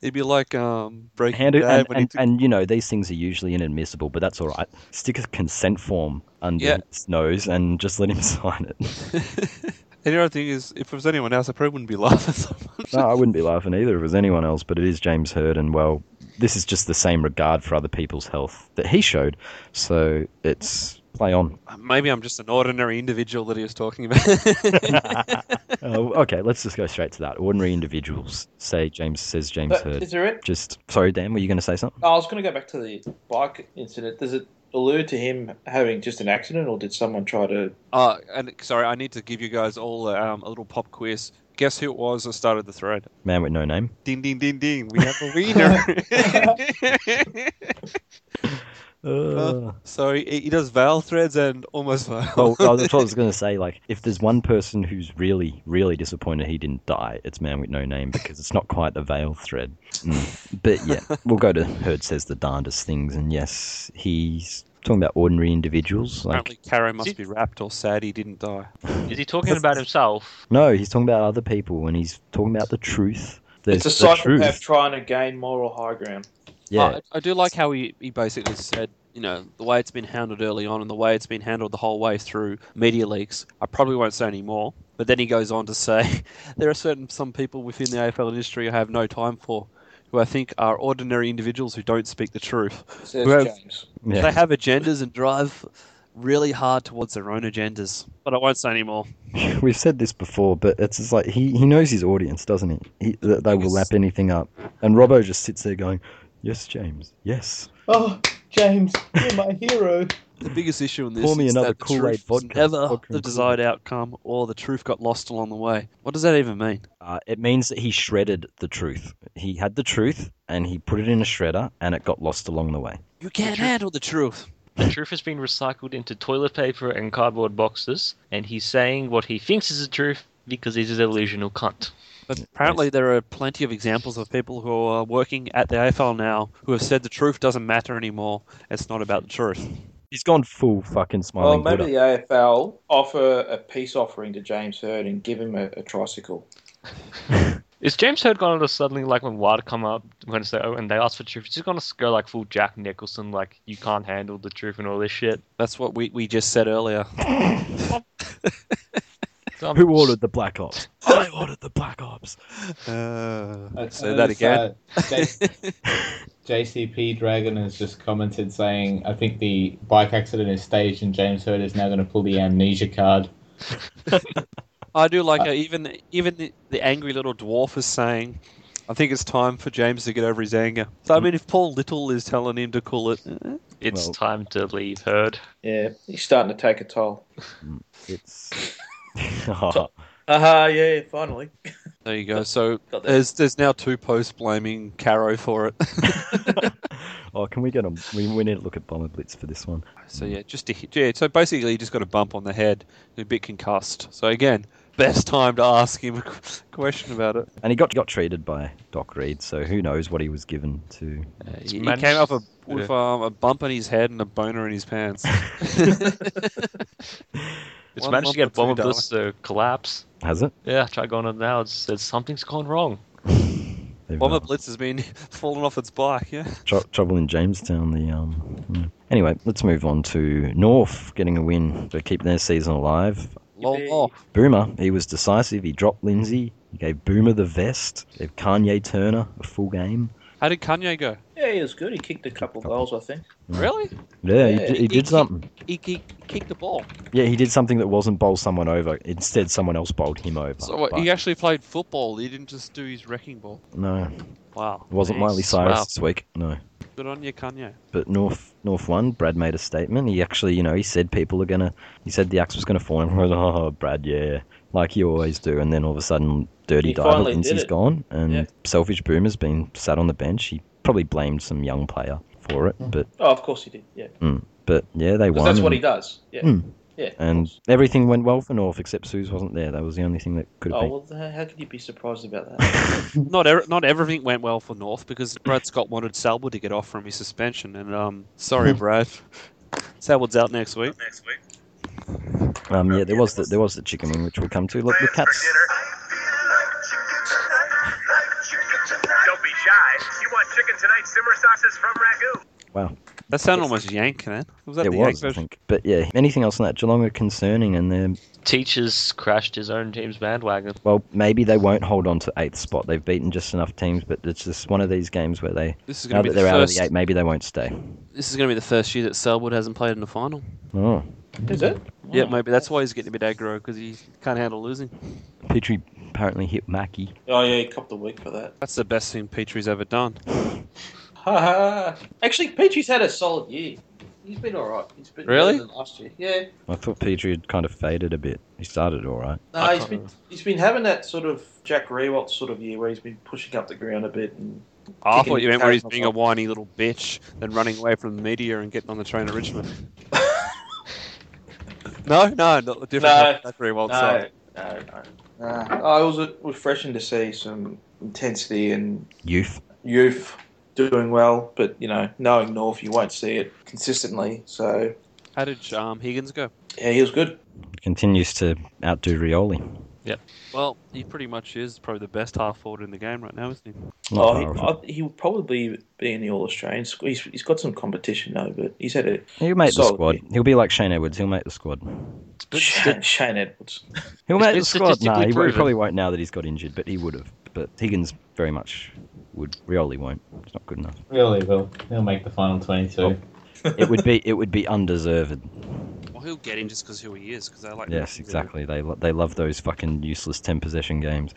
[SPEAKER 2] He'd be like um, breaking
[SPEAKER 1] Hand
[SPEAKER 2] Bad
[SPEAKER 1] and,
[SPEAKER 2] when he
[SPEAKER 1] and,
[SPEAKER 2] took-
[SPEAKER 1] and you know these things are usually inadmissible, but that's all right. Stick a consent form under
[SPEAKER 2] Yeah.
[SPEAKER 1] his nose and just let him sign it.
[SPEAKER 2] And the other thing is, if it was anyone else, I probably wouldn't be laughing so much.
[SPEAKER 1] No, I wouldn't be laughing either if it was anyone else, but it is James Hurd, and well, this is just the same regard for other people's health that he showed. So it's Play on.
[SPEAKER 2] Uh, Maybe I'm just an ordinary individual that he was talking about.
[SPEAKER 1] Oh, okay, let's just go straight to that. Ordinary individuals. Say James says James
[SPEAKER 3] But
[SPEAKER 1] Heard.
[SPEAKER 3] Uh, is there it?
[SPEAKER 1] Just sorry, Dan. Were you going to say something?
[SPEAKER 3] I was going to go back to the bike incident. Does it allude to him having just an accident, or did someone try to?
[SPEAKER 2] uh, and sorry, I need to give you guys all uh, um, a little pop quiz. Guess who it was that started the thread?
[SPEAKER 1] Man with no name.
[SPEAKER 2] Ding, ding, ding, ding. We have a winner.
[SPEAKER 1] Uh,
[SPEAKER 2] so he, he does vowel threads and almost vowel.
[SPEAKER 1] well, I was, I was going to say like if there's one person who's really, really disappointed he didn't die, it's Man with no name because it's not quite the veil thread. Mm. But yeah, we'll go to Heard says the darndest things, and yes, he's talking about ordinary individuals. Like
[SPEAKER 2] Apparently, Caro must
[SPEAKER 5] See-
[SPEAKER 2] be wrapped or sad he didn't die.
[SPEAKER 5] Is he talking about himself?
[SPEAKER 1] no, he's talking about other people, and he's talking about the truth. There's
[SPEAKER 3] it's a
[SPEAKER 1] the
[SPEAKER 3] psychopath
[SPEAKER 1] truth.
[SPEAKER 3] trying to gain moral high ground.
[SPEAKER 1] Yeah,
[SPEAKER 2] I, I do like how he, he basically said, you know, the way it's been handled early on and the way it's been handled the whole way through media leaks. I probably won't say any more. But then he goes on to say, there are certain some people within the AFL industry I have no time for, who I think are ordinary individuals who don't speak the truth.
[SPEAKER 3] Says
[SPEAKER 2] Well-
[SPEAKER 3] James.
[SPEAKER 1] yeah.
[SPEAKER 2] They have agendas and drive really hard towards their own agendas. But I won't say any more.
[SPEAKER 1] We've said this before, but it's just like he, he knows his audience, doesn't he? he that they will lap anything up. And Robbo just sits there going, Yes, James, yes.
[SPEAKER 4] Oh, James, you're my hero.
[SPEAKER 2] The biggest issue in this
[SPEAKER 1] Pour me
[SPEAKER 2] is
[SPEAKER 1] another
[SPEAKER 2] that the
[SPEAKER 1] Kool-Aid
[SPEAKER 2] truth was
[SPEAKER 1] vodka,
[SPEAKER 2] never
[SPEAKER 1] vodka and
[SPEAKER 2] the desired outcome, or the truth got lost along the way. What does that even mean?
[SPEAKER 1] Uh, it means that he shredded the truth. He had the truth and he put it in a shredder and it got lost along the way.
[SPEAKER 2] You can't handle the truth.
[SPEAKER 5] The truth has been recycled into toilet paper and cardboard boxes, and he's saying what he thinks is the truth because he's a delusional cunt.
[SPEAKER 2] But apparently, there are plenty of examples of people who are working at the AFL now who have said the truth doesn't matter anymore. It's not about the truth.
[SPEAKER 1] He's gone full fucking
[SPEAKER 3] Well,
[SPEAKER 1] smiling
[SPEAKER 3] maybe
[SPEAKER 1] Buddha.
[SPEAKER 3] the AFL offer a peace offering to James Heard and give him a, a tricycle.
[SPEAKER 5] Is James Heard gonna just suddenly like when Wild come up when they and they ask for truth, he's just gonna go like full Jack Nicholson, like you can't handle the truth and all this shit.
[SPEAKER 2] That's what we, we just said earlier.
[SPEAKER 5] So I'm-
[SPEAKER 1] Who ordered the Black Ops? I ordered the Black Ops.
[SPEAKER 2] Say that again.
[SPEAKER 4] uh, JCP Dragon has just commented saying, I think the bike accident is staged and James Heard is now going to pull the amnesia card.
[SPEAKER 2] I do like how even even the, the angry little dwarf is saying, "I think it's time for James to get over his anger." So I mean, if Paul Little is telling him to call it, eh,
[SPEAKER 5] It's
[SPEAKER 1] Well-
[SPEAKER 5] time to leave Heard.
[SPEAKER 3] Yeah, he's starting to take a toll.
[SPEAKER 1] It's. Oh,
[SPEAKER 3] Aha, yeah, finally.
[SPEAKER 2] there you go. So
[SPEAKER 3] Got that.
[SPEAKER 2] there's there's now two posts blaming Caro for it.
[SPEAKER 1] oh, can we get him? We, we need to look at Bomber Blitz for this one.
[SPEAKER 2] So yeah, just a hit. Yeah, so basically he just got a bump on the head, a bit concussed. So again, best time to ask him a qu- question about it.
[SPEAKER 1] And he got got treated by Doc Reed, so who knows what he was given to
[SPEAKER 2] he, he
[SPEAKER 5] managed-
[SPEAKER 2] came up a, with um, a bump on his head and a boner in his pants.
[SPEAKER 5] It's
[SPEAKER 2] One
[SPEAKER 5] managed
[SPEAKER 2] lump
[SPEAKER 5] to get
[SPEAKER 2] of two
[SPEAKER 5] Bomber Bliss to collapse.
[SPEAKER 1] Has it?
[SPEAKER 5] Yeah, try going on now. It's, it's something's gone wrong.
[SPEAKER 1] They've,
[SPEAKER 2] Bomber
[SPEAKER 1] uh,
[SPEAKER 2] Blitz has been falling off its bike. Yeah,
[SPEAKER 1] Tr- trouble in Jamestown. The um. yeah. Anyway, let's move on to North getting a win to keep their season alive.
[SPEAKER 2] lol.
[SPEAKER 3] Yippee.
[SPEAKER 2] off.
[SPEAKER 1] Boomer, he was decisive. He dropped Lindsay. He gave Boomer the vest. Gave Kanye Turner a full game.
[SPEAKER 2] How did Kanye go?
[SPEAKER 3] Yeah, he was good. He kicked a couple goals, I think.
[SPEAKER 2] Really?
[SPEAKER 1] Yeah, he,
[SPEAKER 3] Yeah,
[SPEAKER 1] d- he
[SPEAKER 2] he-
[SPEAKER 1] did
[SPEAKER 2] he-
[SPEAKER 1] something.
[SPEAKER 2] He, he kicked the ball.
[SPEAKER 1] Yeah, he did something that wasn't bowl someone over. Instead, someone else bowled him over.
[SPEAKER 2] So what,
[SPEAKER 1] But
[SPEAKER 2] he actually played football. He didn't just do his wrecking ball.
[SPEAKER 1] no, it
[SPEAKER 2] Wow.
[SPEAKER 1] wasn't
[SPEAKER 2] Nice.
[SPEAKER 1] Miley Cyrus
[SPEAKER 2] Wow.
[SPEAKER 1] this week. No.
[SPEAKER 2] Good on you, Kanye.
[SPEAKER 1] but North North won. Brad made a statement. He actually, you know, he said people are gonna. He said the axe was gonna fall. And everyone was oh, Brad, yeah, like you always do. And then all of a sudden, dirty
[SPEAKER 3] He
[SPEAKER 1] diver
[SPEAKER 3] finally did
[SPEAKER 1] Lindsay's
[SPEAKER 3] it.
[SPEAKER 1] gone, and
[SPEAKER 3] Yeah.
[SPEAKER 1] selfish Boomer's been sat on the bench. He probably blamed some young player for it, but
[SPEAKER 3] Oh, of course he did. Yeah,
[SPEAKER 1] but yeah, they
[SPEAKER 3] because
[SPEAKER 1] won.
[SPEAKER 3] that's what he
[SPEAKER 1] and,
[SPEAKER 3] does. Yeah,
[SPEAKER 1] Hmm.
[SPEAKER 3] yeah. of
[SPEAKER 1] and
[SPEAKER 3] course.
[SPEAKER 1] everything went well for North except Suze wasn't there. That was the only thing that could have
[SPEAKER 3] oh
[SPEAKER 1] been.
[SPEAKER 3] well, th- how could you be surprised about that?
[SPEAKER 2] Not er- not everything went well for North because Brad Scott wanted Salwood to get off from his suspension, and um, sorry, Brad, Salwood's out next week.
[SPEAKER 1] Um, yeah, there was the, there was the chicken wing, which we'll come to. Look, the cats.
[SPEAKER 6] Don't be shy. You want chicken tonight, simmer sauces from Ragu.
[SPEAKER 1] Wow,
[SPEAKER 2] That sounded almost Yank, man. Was that
[SPEAKER 1] it
[SPEAKER 2] the
[SPEAKER 1] was, I
[SPEAKER 2] Yank version?
[SPEAKER 1] think. But yeah, anything else on that? Geelong are concerning, and they're
[SPEAKER 5] Teachers crashed his own team's bandwagon.
[SPEAKER 1] well, maybe they won't hold on to eighth spot. They've beaten just enough teams, but it's just one of these games where they
[SPEAKER 2] This is
[SPEAKER 1] now
[SPEAKER 2] going to
[SPEAKER 1] that
[SPEAKER 2] be the
[SPEAKER 1] they're out of
[SPEAKER 2] first.
[SPEAKER 1] the eight, maybe they won't stay.
[SPEAKER 2] This is going to be the first year that Selwood hasn't played in the final.
[SPEAKER 1] Oh,
[SPEAKER 3] Is it?
[SPEAKER 2] Yeah, maybe that's why he's getting a bit aggro because he can't handle losing.
[SPEAKER 1] Petrie apparently hit Mackey.
[SPEAKER 3] Oh yeah, he copped a week for that.
[SPEAKER 2] That's the best thing Petrie's ever done.
[SPEAKER 3] Ha ha. Actually, Petrie's had a solid year. He's been all right. He's been
[SPEAKER 2] Really?
[SPEAKER 3] better than last year. Yeah.
[SPEAKER 1] I thought Petrie had kind of faded a bit. He started all right.
[SPEAKER 3] No,
[SPEAKER 2] I
[SPEAKER 3] he's
[SPEAKER 2] can't
[SPEAKER 3] been he's been having that sort of Jack Rewalt sort of year where he's been pushing up the ground a bit and
[SPEAKER 2] I
[SPEAKER 3] Kicking
[SPEAKER 2] thought you meant where he's
[SPEAKER 3] cars
[SPEAKER 2] being a
[SPEAKER 3] off.
[SPEAKER 2] whiny little bitch, then running away from the media and getting on the train to Richmond. no, no, not the different.
[SPEAKER 3] No.
[SPEAKER 2] not very well
[SPEAKER 3] No,
[SPEAKER 2] side.
[SPEAKER 3] no, no. Nah, I was it was refreshing to see some intensity and
[SPEAKER 1] Youth.
[SPEAKER 3] youth doing well, but you know, knowing North, you won't see it consistently. So
[SPEAKER 2] How did um, Higgins go?
[SPEAKER 3] yeah, he was good.
[SPEAKER 1] continues to outdo Rioli.
[SPEAKER 2] Well, he pretty much is probably the best half forward in the game right now, isn't he?
[SPEAKER 1] Not
[SPEAKER 3] Oh,
[SPEAKER 1] far
[SPEAKER 3] he,
[SPEAKER 1] off
[SPEAKER 3] I, he will probably be in the All Australian. squ- He's, he's got some competition though, but he's had it.
[SPEAKER 1] it. He'll make the
[SPEAKER 3] solid.
[SPEAKER 1] squad. He'll be like Shane Edwards. He'll make the squad.
[SPEAKER 5] But
[SPEAKER 3] Shane, Shane Edwards.
[SPEAKER 1] He'll
[SPEAKER 5] It's
[SPEAKER 1] make
[SPEAKER 5] been
[SPEAKER 1] the squad. Nah, he,
[SPEAKER 5] statistically
[SPEAKER 1] won't- he
[SPEAKER 5] proven.
[SPEAKER 1] probably won't now that he's got injured, but he would have. But Higgins very much would. Rioli won't. It's not good enough.
[SPEAKER 4] Really, will he'll make the final twenty-two.
[SPEAKER 1] Oh. It would be. It would be undeserved.
[SPEAKER 2] Well, he'll get him just because who he is, because I like.
[SPEAKER 1] Yes, exactly. They lo- they love those fucking useless ten possession games.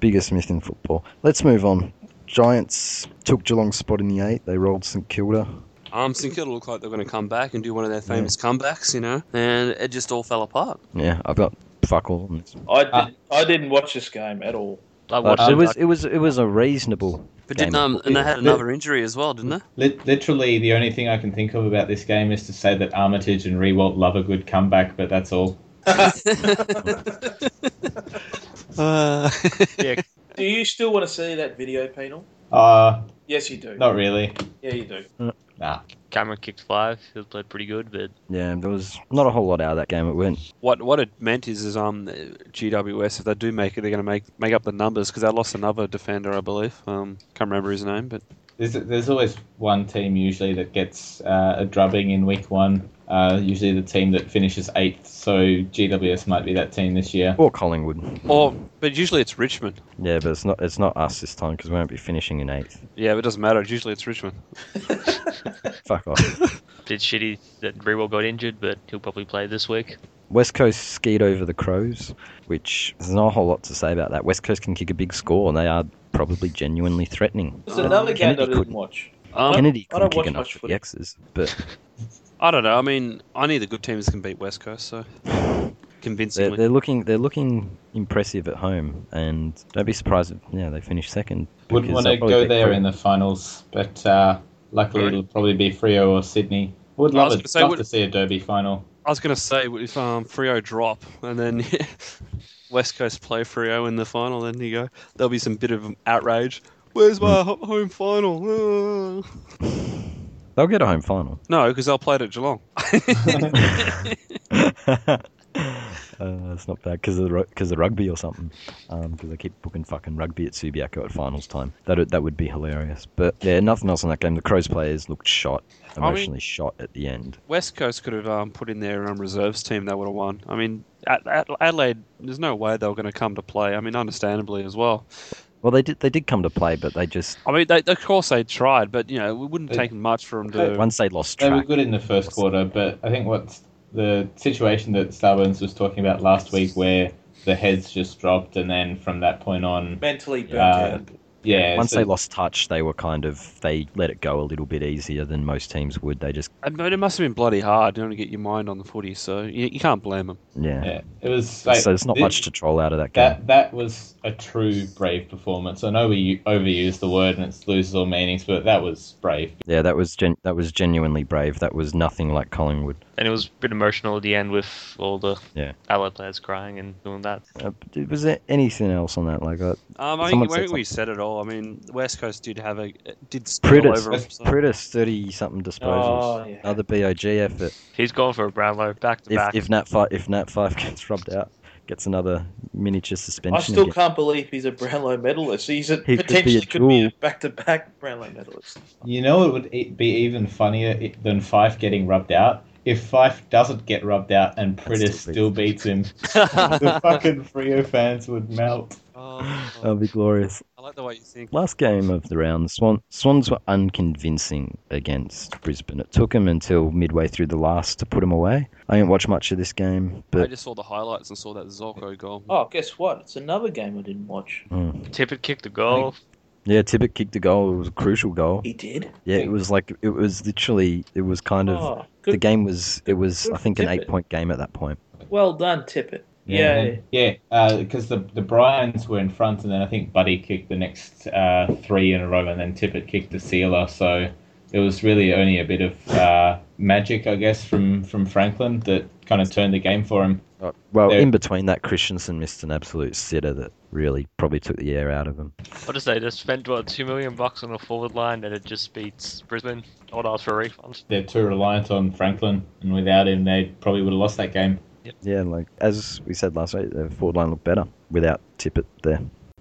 [SPEAKER 1] Biggest myth in football. Let's move on. Giants took Geelong's spot in the eight. They rolled St Kilda.
[SPEAKER 2] Um, St Kilda look like they're going to come back and do one of their famous comebacks, you know, and it just all fell apart.
[SPEAKER 1] Yeah, I've got fuck all. on this.
[SPEAKER 3] I
[SPEAKER 1] Ah.
[SPEAKER 3] didn't, I didn't watch this game at all.
[SPEAKER 5] I watched
[SPEAKER 4] Uh,
[SPEAKER 1] it
[SPEAKER 5] it.
[SPEAKER 1] was it was it was a reasonable.
[SPEAKER 2] But
[SPEAKER 1] game
[SPEAKER 2] didn't
[SPEAKER 1] of
[SPEAKER 2] um, and they
[SPEAKER 1] football.
[SPEAKER 2] had another injury as well, didn't they?
[SPEAKER 4] Lit literally, the only thing I can think of about this game is to say that Armitage and Rewalt love a good comeback, but that's all.
[SPEAKER 2] Uh,
[SPEAKER 5] yeah,
[SPEAKER 3] Do you still want to see that video penal?
[SPEAKER 4] Uh,
[SPEAKER 3] Yes, you do.
[SPEAKER 4] not really.
[SPEAKER 3] Yeah, you do.
[SPEAKER 4] Nah.
[SPEAKER 5] Cameron kicked five. He played pretty good, but
[SPEAKER 1] Yeah, there was not a whole lot out of that game. It went
[SPEAKER 2] what what it meant is, is um, GWS if they do make it, they're going to make make up the numbers because they lost another defender, I believe. Um, can't remember his name, but
[SPEAKER 4] There's, there's always one team usually that gets uh, a drubbing in week one. Uh, usually the team that finishes eighth, so GWS might be that team this year.
[SPEAKER 1] or Collingwood.
[SPEAKER 2] or but usually it's Richmond.
[SPEAKER 1] Yeah, but it's not it's not us this time because we won't be finishing in eighth.
[SPEAKER 2] Yeah, but it doesn't matter. Usually it's Richmond.
[SPEAKER 1] Fuck off.
[SPEAKER 5] it's shitty that Rewell got injured, but he'll probably play this week.
[SPEAKER 1] West Coast skied over the Crows, which there's not a whole lot to say about that. West Coast can kick a big score, and they are probably genuinely threatening.
[SPEAKER 3] There's another game that I
[SPEAKER 1] Uh, Kennedy
[SPEAKER 3] didn't
[SPEAKER 1] couldn't-
[SPEAKER 3] watch.
[SPEAKER 2] Um,
[SPEAKER 1] Kennedy
[SPEAKER 3] I don't
[SPEAKER 1] couldn't
[SPEAKER 3] watch
[SPEAKER 1] kick enough
[SPEAKER 3] much
[SPEAKER 1] for
[SPEAKER 3] footy.
[SPEAKER 1] the X's, but
[SPEAKER 2] I don't know. I mean, I need the good teams that can beat West Coast, so
[SPEAKER 1] they're,
[SPEAKER 2] convincingly.
[SPEAKER 1] they're looking they're looking impressive at home, and don't be surprised if yeah they finish second.
[SPEAKER 4] Wouldn't
[SPEAKER 1] because
[SPEAKER 4] want
[SPEAKER 1] they'll
[SPEAKER 4] to
[SPEAKER 1] probably
[SPEAKER 4] go
[SPEAKER 1] beat
[SPEAKER 4] there
[SPEAKER 1] Crows.
[SPEAKER 4] in the finals, but uh, luckily
[SPEAKER 5] Right.
[SPEAKER 4] it'll probably be Frio or Sydney. Would
[SPEAKER 2] I was
[SPEAKER 4] love,
[SPEAKER 2] gonna
[SPEAKER 4] it.
[SPEAKER 2] say,
[SPEAKER 4] love
[SPEAKER 2] would-
[SPEAKER 4] to see a Derby final.
[SPEAKER 2] I was going to say if um, Frio drop and then West Coast play Frio in the final, then you go there'll be some bit of outrage. Where's my ho- home final? Ah.
[SPEAKER 1] They'll get a home final.
[SPEAKER 2] No, because they'll play it at Geelong.
[SPEAKER 1] uh, that's not bad because of because of rugby or something. Because they keep booking fucking rugby at Subiaco at finals time. That would- that would be hilarious. But yeah, nothing else in that game. The Crows players looked shot,
[SPEAKER 2] I mean-
[SPEAKER 1] emotionally shot at the end.
[SPEAKER 2] West Coast could have um, put in their um, reserves team; they would have won. I mean, Ad- Ad- Adelaide. There's no way they were going to come to play. I mean, understandably as well.
[SPEAKER 1] Well, they did they did come to play, but they just
[SPEAKER 2] I mean, they, of course they tried, but you know, it wouldn't
[SPEAKER 4] They-
[SPEAKER 2] take much for them
[SPEAKER 4] they-
[SPEAKER 2] to.
[SPEAKER 1] once they lost
[SPEAKER 4] They were
[SPEAKER 1] track.
[SPEAKER 4] good in the first quarter, but I think what's the situation that Starburns was talking about last week, where the heads just dropped, and then from that point on,
[SPEAKER 3] Mentally
[SPEAKER 1] Uh,
[SPEAKER 3] burnt
[SPEAKER 4] Yeah.
[SPEAKER 3] out.
[SPEAKER 4] yeah,
[SPEAKER 1] Once
[SPEAKER 4] so-
[SPEAKER 1] they lost touch, they were kind of they let it go a little bit easier than most teams would. They just
[SPEAKER 2] I mean, it must have been bloody hard you know, to get your mind on the footy, so you, you can't blame them.
[SPEAKER 1] yeah.
[SPEAKER 4] yeah, it was like
[SPEAKER 1] so there's not
[SPEAKER 4] thi-
[SPEAKER 1] much to troll out of that game.
[SPEAKER 4] That that was a true brave performance. I know we u- overuse the word and it loses all meanings, but that was brave.
[SPEAKER 1] Yeah, that was gen- that was genuinely brave. That was nothing like Collingwood.
[SPEAKER 5] And it was a bit emotional at the end with all the
[SPEAKER 1] Yeah.
[SPEAKER 5] Adelaide players crying and doing that.
[SPEAKER 1] Uh, was there anything else on that? Like, uh,
[SPEAKER 2] Um, I
[SPEAKER 1] Someone
[SPEAKER 2] think
[SPEAKER 1] said
[SPEAKER 2] we said it all. I mean, West Coast did have a did spill over.
[SPEAKER 1] Pritis, Pritis, thirty something disposals.
[SPEAKER 3] Oh, yeah.
[SPEAKER 1] Another BOG effort.
[SPEAKER 5] He's going for a Brownlow back to
[SPEAKER 1] If
[SPEAKER 5] back.
[SPEAKER 1] if Nat five if Nat five gets rubbed out, Gets another miniature suspension.
[SPEAKER 3] I still
[SPEAKER 1] again.
[SPEAKER 3] can't believe he's a Brownlow medalist. He's a,
[SPEAKER 1] He could be a
[SPEAKER 3] potentially could be a
[SPEAKER 1] dual.
[SPEAKER 3] back-to-back Brownlow medalist.
[SPEAKER 4] You know, it would e- be even funnier i- than Fife getting rubbed out if Fife doesn't get rubbed out and Pritis
[SPEAKER 1] still
[SPEAKER 4] still beats him. the fucking Frio fans would melt.
[SPEAKER 2] Oh,
[SPEAKER 1] That'll be glorious.
[SPEAKER 2] I like the way you think.
[SPEAKER 1] Last game of the round, Swan, Swans were unconvincing against Brisbane. It took them until midway through the last to put them away. I didn't watch much of this game,
[SPEAKER 2] I
[SPEAKER 1] but
[SPEAKER 2] just saw the highlights and saw that Zorko goal.
[SPEAKER 3] Oh, guess what? It's another game I didn't watch.
[SPEAKER 5] Tippett kicked the goal.
[SPEAKER 1] yeah, Tippett kicked a goal. It was a crucial goal.
[SPEAKER 3] He did.
[SPEAKER 1] Yeah, it was like it was literally it was kind of
[SPEAKER 3] Oh,
[SPEAKER 1] the
[SPEAKER 3] good.
[SPEAKER 1] game was it was I think an
[SPEAKER 3] Tippett.
[SPEAKER 1] eight point game at that point.
[SPEAKER 3] Well done, Tippett.
[SPEAKER 4] Yeah,
[SPEAKER 3] Yeah.
[SPEAKER 4] yeah, because the the Bryans were in front, and then I think Buddy kicked the next uh, three in a row, and then Tippett kicked the sealer. So it was really only a bit of uh, magic, I guess, from from Franklin that kind of turned the game for him.
[SPEAKER 1] Well,
[SPEAKER 4] Yeah.
[SPEAKER 1] in between that, Christensen missed an absolute sitter that really probably took the air out of him.
[SPEAKER 5] I just say they spent what two million bucks on a forward line and it just beats Brisbane. I would ask for a refund.
[SPEAKER 4] They're too reliant on Franklin, and without him, they probably would have lost that game.
[SPEAKER 1] Yeah, like as we said last week, the forward line looked better without Tippett there.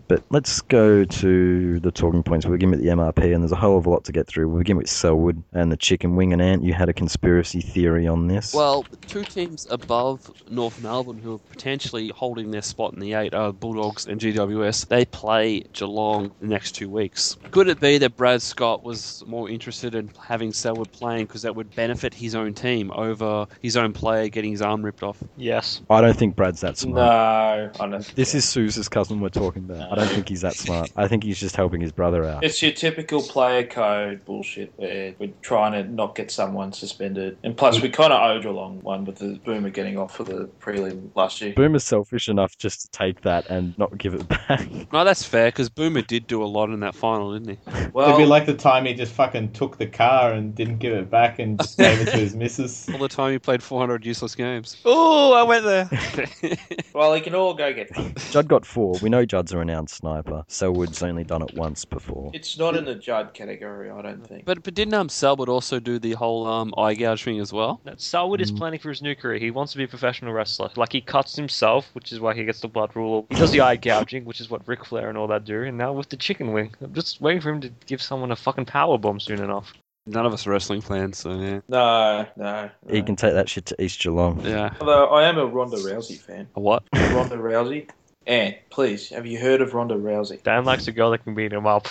[SPEAKER 1] But let's go to the talking points. We'll begin with the MRP, and there's a whole of a lot to get through. We'll begin with Selwood and the chicken wing and ant. You had a conspiracy theory on this.
[SPEAKER 2] Well, the two teams above North Melbourne who are potentially holding their spot in the eight are Bulldogs and GWS. They play Geelong the next two weeks. Could it be that Brad Scott was more interested in having Selwood playing because that would benefit his own team over his own player getting his arm ripped off?
[SPEAKER 5] Yes.
[SPEAKER 1] I don't think Brad's that
[SPEAKER 3] No,
[SPEAKER 1] smart.
[SPEAKER 3] I don't.
[SPEAKER 1] This is Suze's cousin we're talking about. I don't think he's that smart. I think he's just helping his brother out.
[SPEAKER 3] It's your typical player code bullshit where we're trying to not get someone suspended. And plus, we kind of owed Geelong one with the Boomer getting off for the prelim last year.
[SPEAKER 1] Boomer's selfish enough just to take that and not give it back.
[SPEAKER 2] No, that's fair because Boomer did do a lot in that final, didn't he?
[SPEAKER 4] It'd be
[SPEAKER 3] Well,
[SPEAKER 4] like the time he just fucking took the car and didn't give it back and just gave it to his missus.
[SPEAKER 2] All the time he played 400 useless games. Oh, I went there.
[SPEAKER 3] well, he can all go get.
[SPEAKER 1] Judd got four. We know Judd's a renowned sniper. Selwood's only done it once before.
[SPEAKER 3] It's not in the Judd category, I don't think.
[SPEAKER 2] but but didn't um, Selbert also do the whole um, eye gouge thing as well?
[SPEAKER 5] Now, Selwood
[SPEAKER 1] Mm.
[SPEAKER 5] is planning for his new career. He wants to be a professional wrestler. Like he cuts himself, which is why he gets the blood rule. He does the eye gouging, which is what Ric Flair and all that do. And now with the chicken wing, I'm just waiting for him to give someone a fucking power bomb soon enough.
[SPEAKER 2] None of us are wrestling fans, so yeah.
[SPEAKER 3] No, no. no.
[SPEAKER 1] He can take that shit to East Geelong.
[SPEAKER 2] Yeah.
[SPEAKER 3] Although I am a Ronda Rousey fan.
[SPEAKER 2] A what?
[SPEAKER 3] Ronda Rousey. And please, have you heard of Ronda Rousey?
[SPEAKER 5] Dan likes a girl that can beat him up.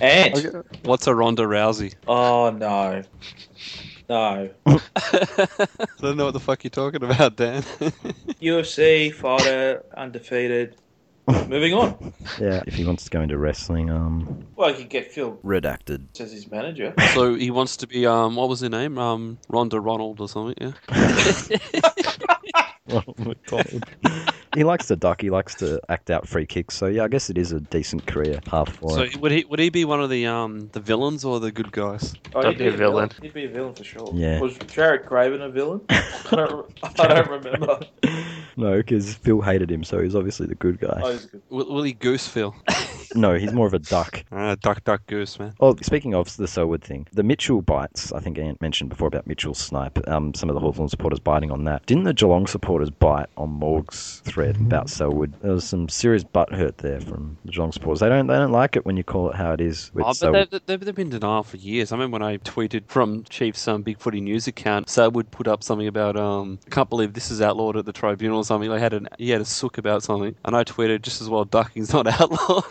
[SPEAKER 3] And
[SPEAKER 2] What's a Ronda Rousey?
[SPEAKER 3] oh no, no.
[SPEAKER 2] I don't know what the fuck you're talking about, Dan.
[SPEAKER 3] UFC fighter undefeated. Moving on.
[SPEAKER 1] Yeah. If he wants to go into wrestling, um,
[SPEAKER 3] Well, you could get Phil
[SPEAKER 1] redacted.
[SPEAKER 3] as his manager.
[SPEAKER 2] so he wants to be um, what was her name? Um, Ronda Ronald or something. Yeah. Oh,
[SPEAKER 1] he likes to duck. He likes to act out free kicks. So yeah, I guess it is a decent career path for
[SPEAKER 2] So
[SPEAKER 1] him.
[SPEAKER 2] would he would he be one of the um the villains or the good guys?
[SPEAKER 3] Oh,
[SPEAKER 5] Don't
[SPEAKER 3] he'd
[SPEAKER 5] be a villain.
[SPEAKER 3] He'd be a villain for sure.
[SPEAKER 1] Yeah.
[SPEAKER 3] Was Jared Craven a villain? I don't, I don't remember.
[SPEAKER 1] No, because Phil hated him, so he's obviously the good guy.
[SPEAKER 3] Oh, he's good.
[SPEAKER 2] Will, will he goose feel?
[SPEAKER 1] No, he's more of a duck.
[SPEAKER 2] Uh, duck, duck, goose, man.
[SPEAKER 1] Oh, speaking of the Selwood thing, the Mitchell bites, I think Ant mentioned before about Mitchell's snipe, um, some of the Hawthorn supporters biting on that. Didn't the Geelong supporters bite on Morg's thread about Selwood? There was some serious butthurt there from the Geelong supporters. They don't they don't like it when you call it how it is with
[SPEAKER 2] Oh, but
[SPEAKER 1] Selwood.
[SPEAKER 2] they've, they've, they've been in denial for years. I remember when I tweeted from Chief's um, Big Footy News account, Sadwood put up something about, um, I can't believe this is outlawed at the tribunal or something. They had an, he had a sook about something. And I tweeted, just as well, ducking's not outlawed.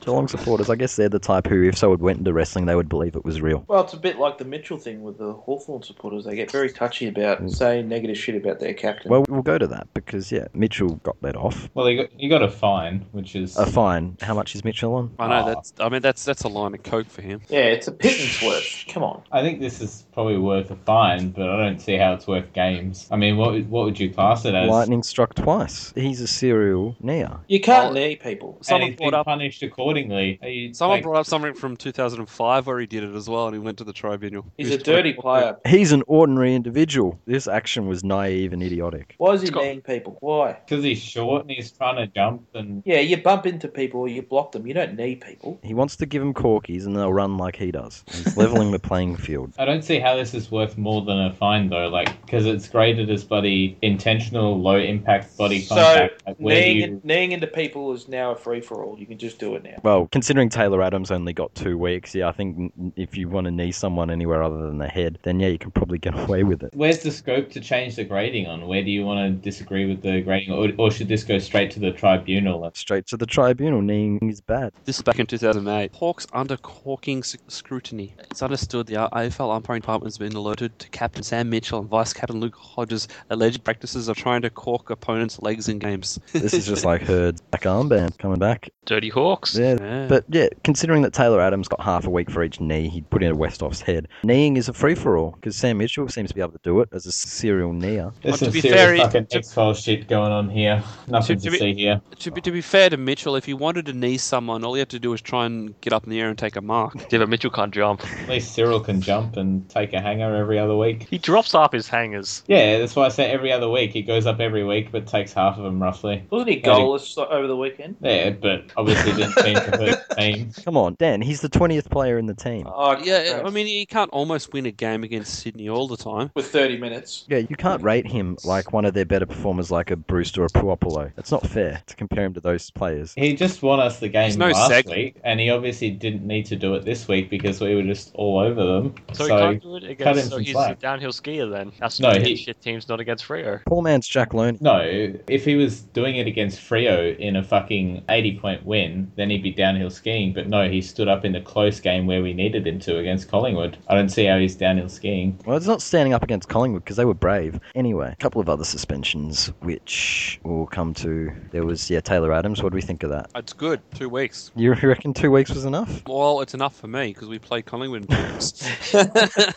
[SPEAKER 1] Geelong supporters, I guess they're the type who, if Selwood went into wrestling, they would believe it was real.
[SPEAKER 3] Well, it's a bit like the Mitchell thing with the Hawthorn supporters. They get very touchy about saying negative shit about their captain.
[SPEAKER 1] Mm. Well, we'll go to that because, yeah, Mitchell got let off.
[SPEAKER 4] Well, he got, he got a fine, which is
[SPEAKER 1] A fine. How much is Mitchell on?
[SPEAKER 2] I know, that's, I mean, that's that's a line of coke for him.
[SPEAKER 3] yeah, it's a pittance worth. Come on.
[SPEAKER 4] I think this is probably worth a fine, but I don't see how it's worth games. I mean, what would- what would you class it as?
[SPEAKER 1] Lightning struck twice. He's a serial near.
[SPEAKER 3] You can't knee people.
[SPEAKER 4] And
[SPEAKER 2] Someone
[SPEAKER 4] he's
[SPEAKER 2] brought
[SPEAKER 4] been
[SPEAKER 2] up
[SPEAKER 4] punished Seemingly, he-
[SPEAKER 2] Someone
[SPEAKER 4] like,
[SPEAKER 2] brought up something from 2005 where he did it as well, and he went to the tribunal.
[SPEAKER 3] He's
[SPEAKER 2] He
[SPEAKER 3] a
[SPEAKER 2] was trying
[SPEAKER 3] dirty
[SPEAKER 2] to-
[SPEAKER 3] player.
[SPEAKER 1] He's an ordinary individual. This action was naive and idiotic.
[SPEAKER 3] Why is he
[SPEAKER 5] It's got-
[SPEAKER 3] mean people? Why?
[SPEAKER 4] because he's short and he's trying to jump and
[SPEAKER 3] Yeah, you bump into people or you block them. You don't need people.
[SPEAKER 1] He wants to give them corkies and they'll run like he does. He's leveling the playing field.
[SPEAKER 4] I don't see how this is worth more than a fine though, like because it's graded as bloody intentional low impact body
[SPEAKER 3] so
[SPEAKER 4] contact. like, where
[SPEAKER 3] kneeing,
[SPEAKER 4] you-
[SPEAKER 3] kneeing into people is now a free for all. You can just do it now.
[SPEAKER 1] Well, considering Taylor Adams only got two weeks, yeah, I think n- if you want to knee someone anywhere other than the head, then yeah, you can probably get away with it.
[SPEAKER 4] Where's the scope to change the grading on? Where do you want to disagree with the grading, or, or should this go straight to the tribunal? And
[SPEAKER 1] Straight to the tribunal, kneeing is bad.
[SPEAKER 2] This is back in 2008. Hawks under corking sc- scrutiny. It's understood the AFL umpiring department has been alerted to Captain Sam Mitchell and Vice Captain Luke Hodges' alleged practices of trying to cork opponents' legs in games.
[SPEAKER 1] This is just like her back armband coming back.
[SPEAKER 5] Dirty Hawks.
[SPEAKER 1] Yeah,
[SPEAKER 2] Yeah.
[SPEAKER 1] But yeah, considering that Taylor Adams got half a week for each knee he put into Westhoff's head, kneeing is a free for all because Sam Mitchell seems to be able to do it as a serial kneer.
[SPEAKER 4] there's
[SPEAKER 2] Well,
[SPEAKER 4] some
[SPEAKER 2] to be
[SPEAKER 4] serious
[SPEAKER 2] fair, he-
[SPEAKER 4] fucking
[SPEAKER 2] to-
[SPEAKER 4] X file shit going on here. Nothing
[SPEAKER 2] To- to
[SPEAKER 4] to,
[SPEAKER 2] be-
[SPEAKER 4] see here.
[SPEAKER 2] to, be, to be fair to Mitchell, if he wanted to knee someone, all he had to do was try and get up in the air and take a mark.
[SPEAKER 5] Yeah, but Mitchell can't jump.
[SPEAKER 4] At least Cyril can jump and take a hanger every other week.
[SPEAKER 5] He drops up his hangers.
[SPEAKER 4] Yeah, that's why I say every other week. He goes up every week, but takes half of them roughly.
[SPEAKER 3] Wasn't he
[SPEAKER 4] Yeah, he-
[SPEAKER 3] goalless over the weekend?
[SPEAKER 4] Yeah, but obviously didn't seem to hurt the team.
[SPEAKER 1] Come on, Dan, he's the 20th player in the team.
[SPEAKER 3] Oh,
[SPEAKER 2] Yeah,
[SPEAKER 3] crap.
[SPEAKER 2] I mean, he can't almost win a game against Sydney all the time.
[SPEAKER 3] with 30 minutes.
[SPEAKER 1] Yeah, you can't rate him like one of their better performers, like a Brewster or Puopolo. That's not fair to compare him to those players.
[SPEAKER 4] He just won us the game
[SPEAKER 2] There's no
[SPEAKER 4] last
[SPEAKER 2] seg-
[SPEAKER 4] week, and he obviously didn't need to do it this week because we were just all over them.
[SPEAKER 5] So,
[SPEAKER 4] So,
[SPEAKER 5] he can't do it
[SPEAKER 4] cut him
[SPEAKER 5] against. So
[SPEAKER 4] some
[SPEAKER 5] he's a
[SPEAKER 4] slack.
[SPEAKER 5] downhill skier then. That's
[SPEAKER 4] No,
[SPEAKER 5] no,
[SPEAKER 4] he-
[SPEAKER 5] shit teams, not against Freo.
[SPEAKER 1] Poor man's Jack Loney.
[SPEAKER 4] no, if he was doing it against Frio in a fucking eighty-point win, then he'd be downhill skiing. But no, he stood up in the close game where we needed him to against Collingwood. I don't see how he's downhill skiing.
[SPEAKER 1] Well, it's not standing up against Collingwood because they were brave. Anyway, a couple of other suspensions, which we'll come to. There was, yeah, Taylor Adams. What do we think of that?
[SPEAKER 2] It's good. Two weeks.
[SPEAKER 1] You reckon two weeks was enough?
[SPEAKER 2] Well, it's enough for me because we play Collingwood. in two weeks.
[SPEAKER 4] I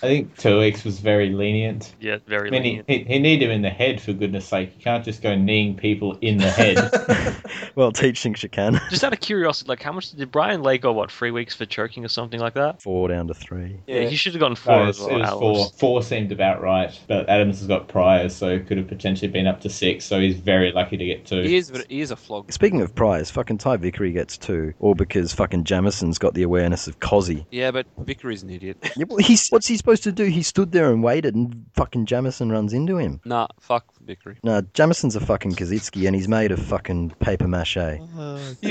[SPEAKER 4] think two weeks was very lenient.
[SPEAKER 5] Yeah, very
[SPEAKER 4] I mean, he,
[SPEAKER 5] lenient.
[SPEAKER 4] he, he need him in the head for goodness sake. You can't just go kneeing people in the head.
[SPEAKER 1] Well, teaching chicane.
[SPEAKER 5] Just out of curiosity, like how much did Brian Lay go? What three weeks for choking or something like that?
[SPEAKER 1] Four down to three.
[SPEAKER 5] Yeah, he should have gotten four
[SPEAKER 4] No, it
[SPEAKER 5] as
[SPEAKER 4] was,
[SPEAKER 5] well.
[SPEAKER 4] it was
[SPEAKER 5] Alex.
[SPEAKER 4] four. Four seemed about right, but Adams has got priors, so could have potentially been up to six. So he's very lucky to get two.
[SPEAKER 2] he is, but he is a flog.
[SPEAKER 1] Speaking of prize, fucking Ty Vickery gets two, all because fucking Jamison's got the awareness of Cozzy.
[SPEAKER 2] Yeah, but Vickery's an idiot.
[SPEAKER 1] Yeah, well, he's, what's he supposed to do? He stood there and waited, and fucking Jamison runs into him.
[SPEAKER 2] Nah, fuck Vickery.
[SPEAKER 1] No, Jamison's a fucking Kazitsky, and he's made of fucking paper mache.
[SPEAKER 2] You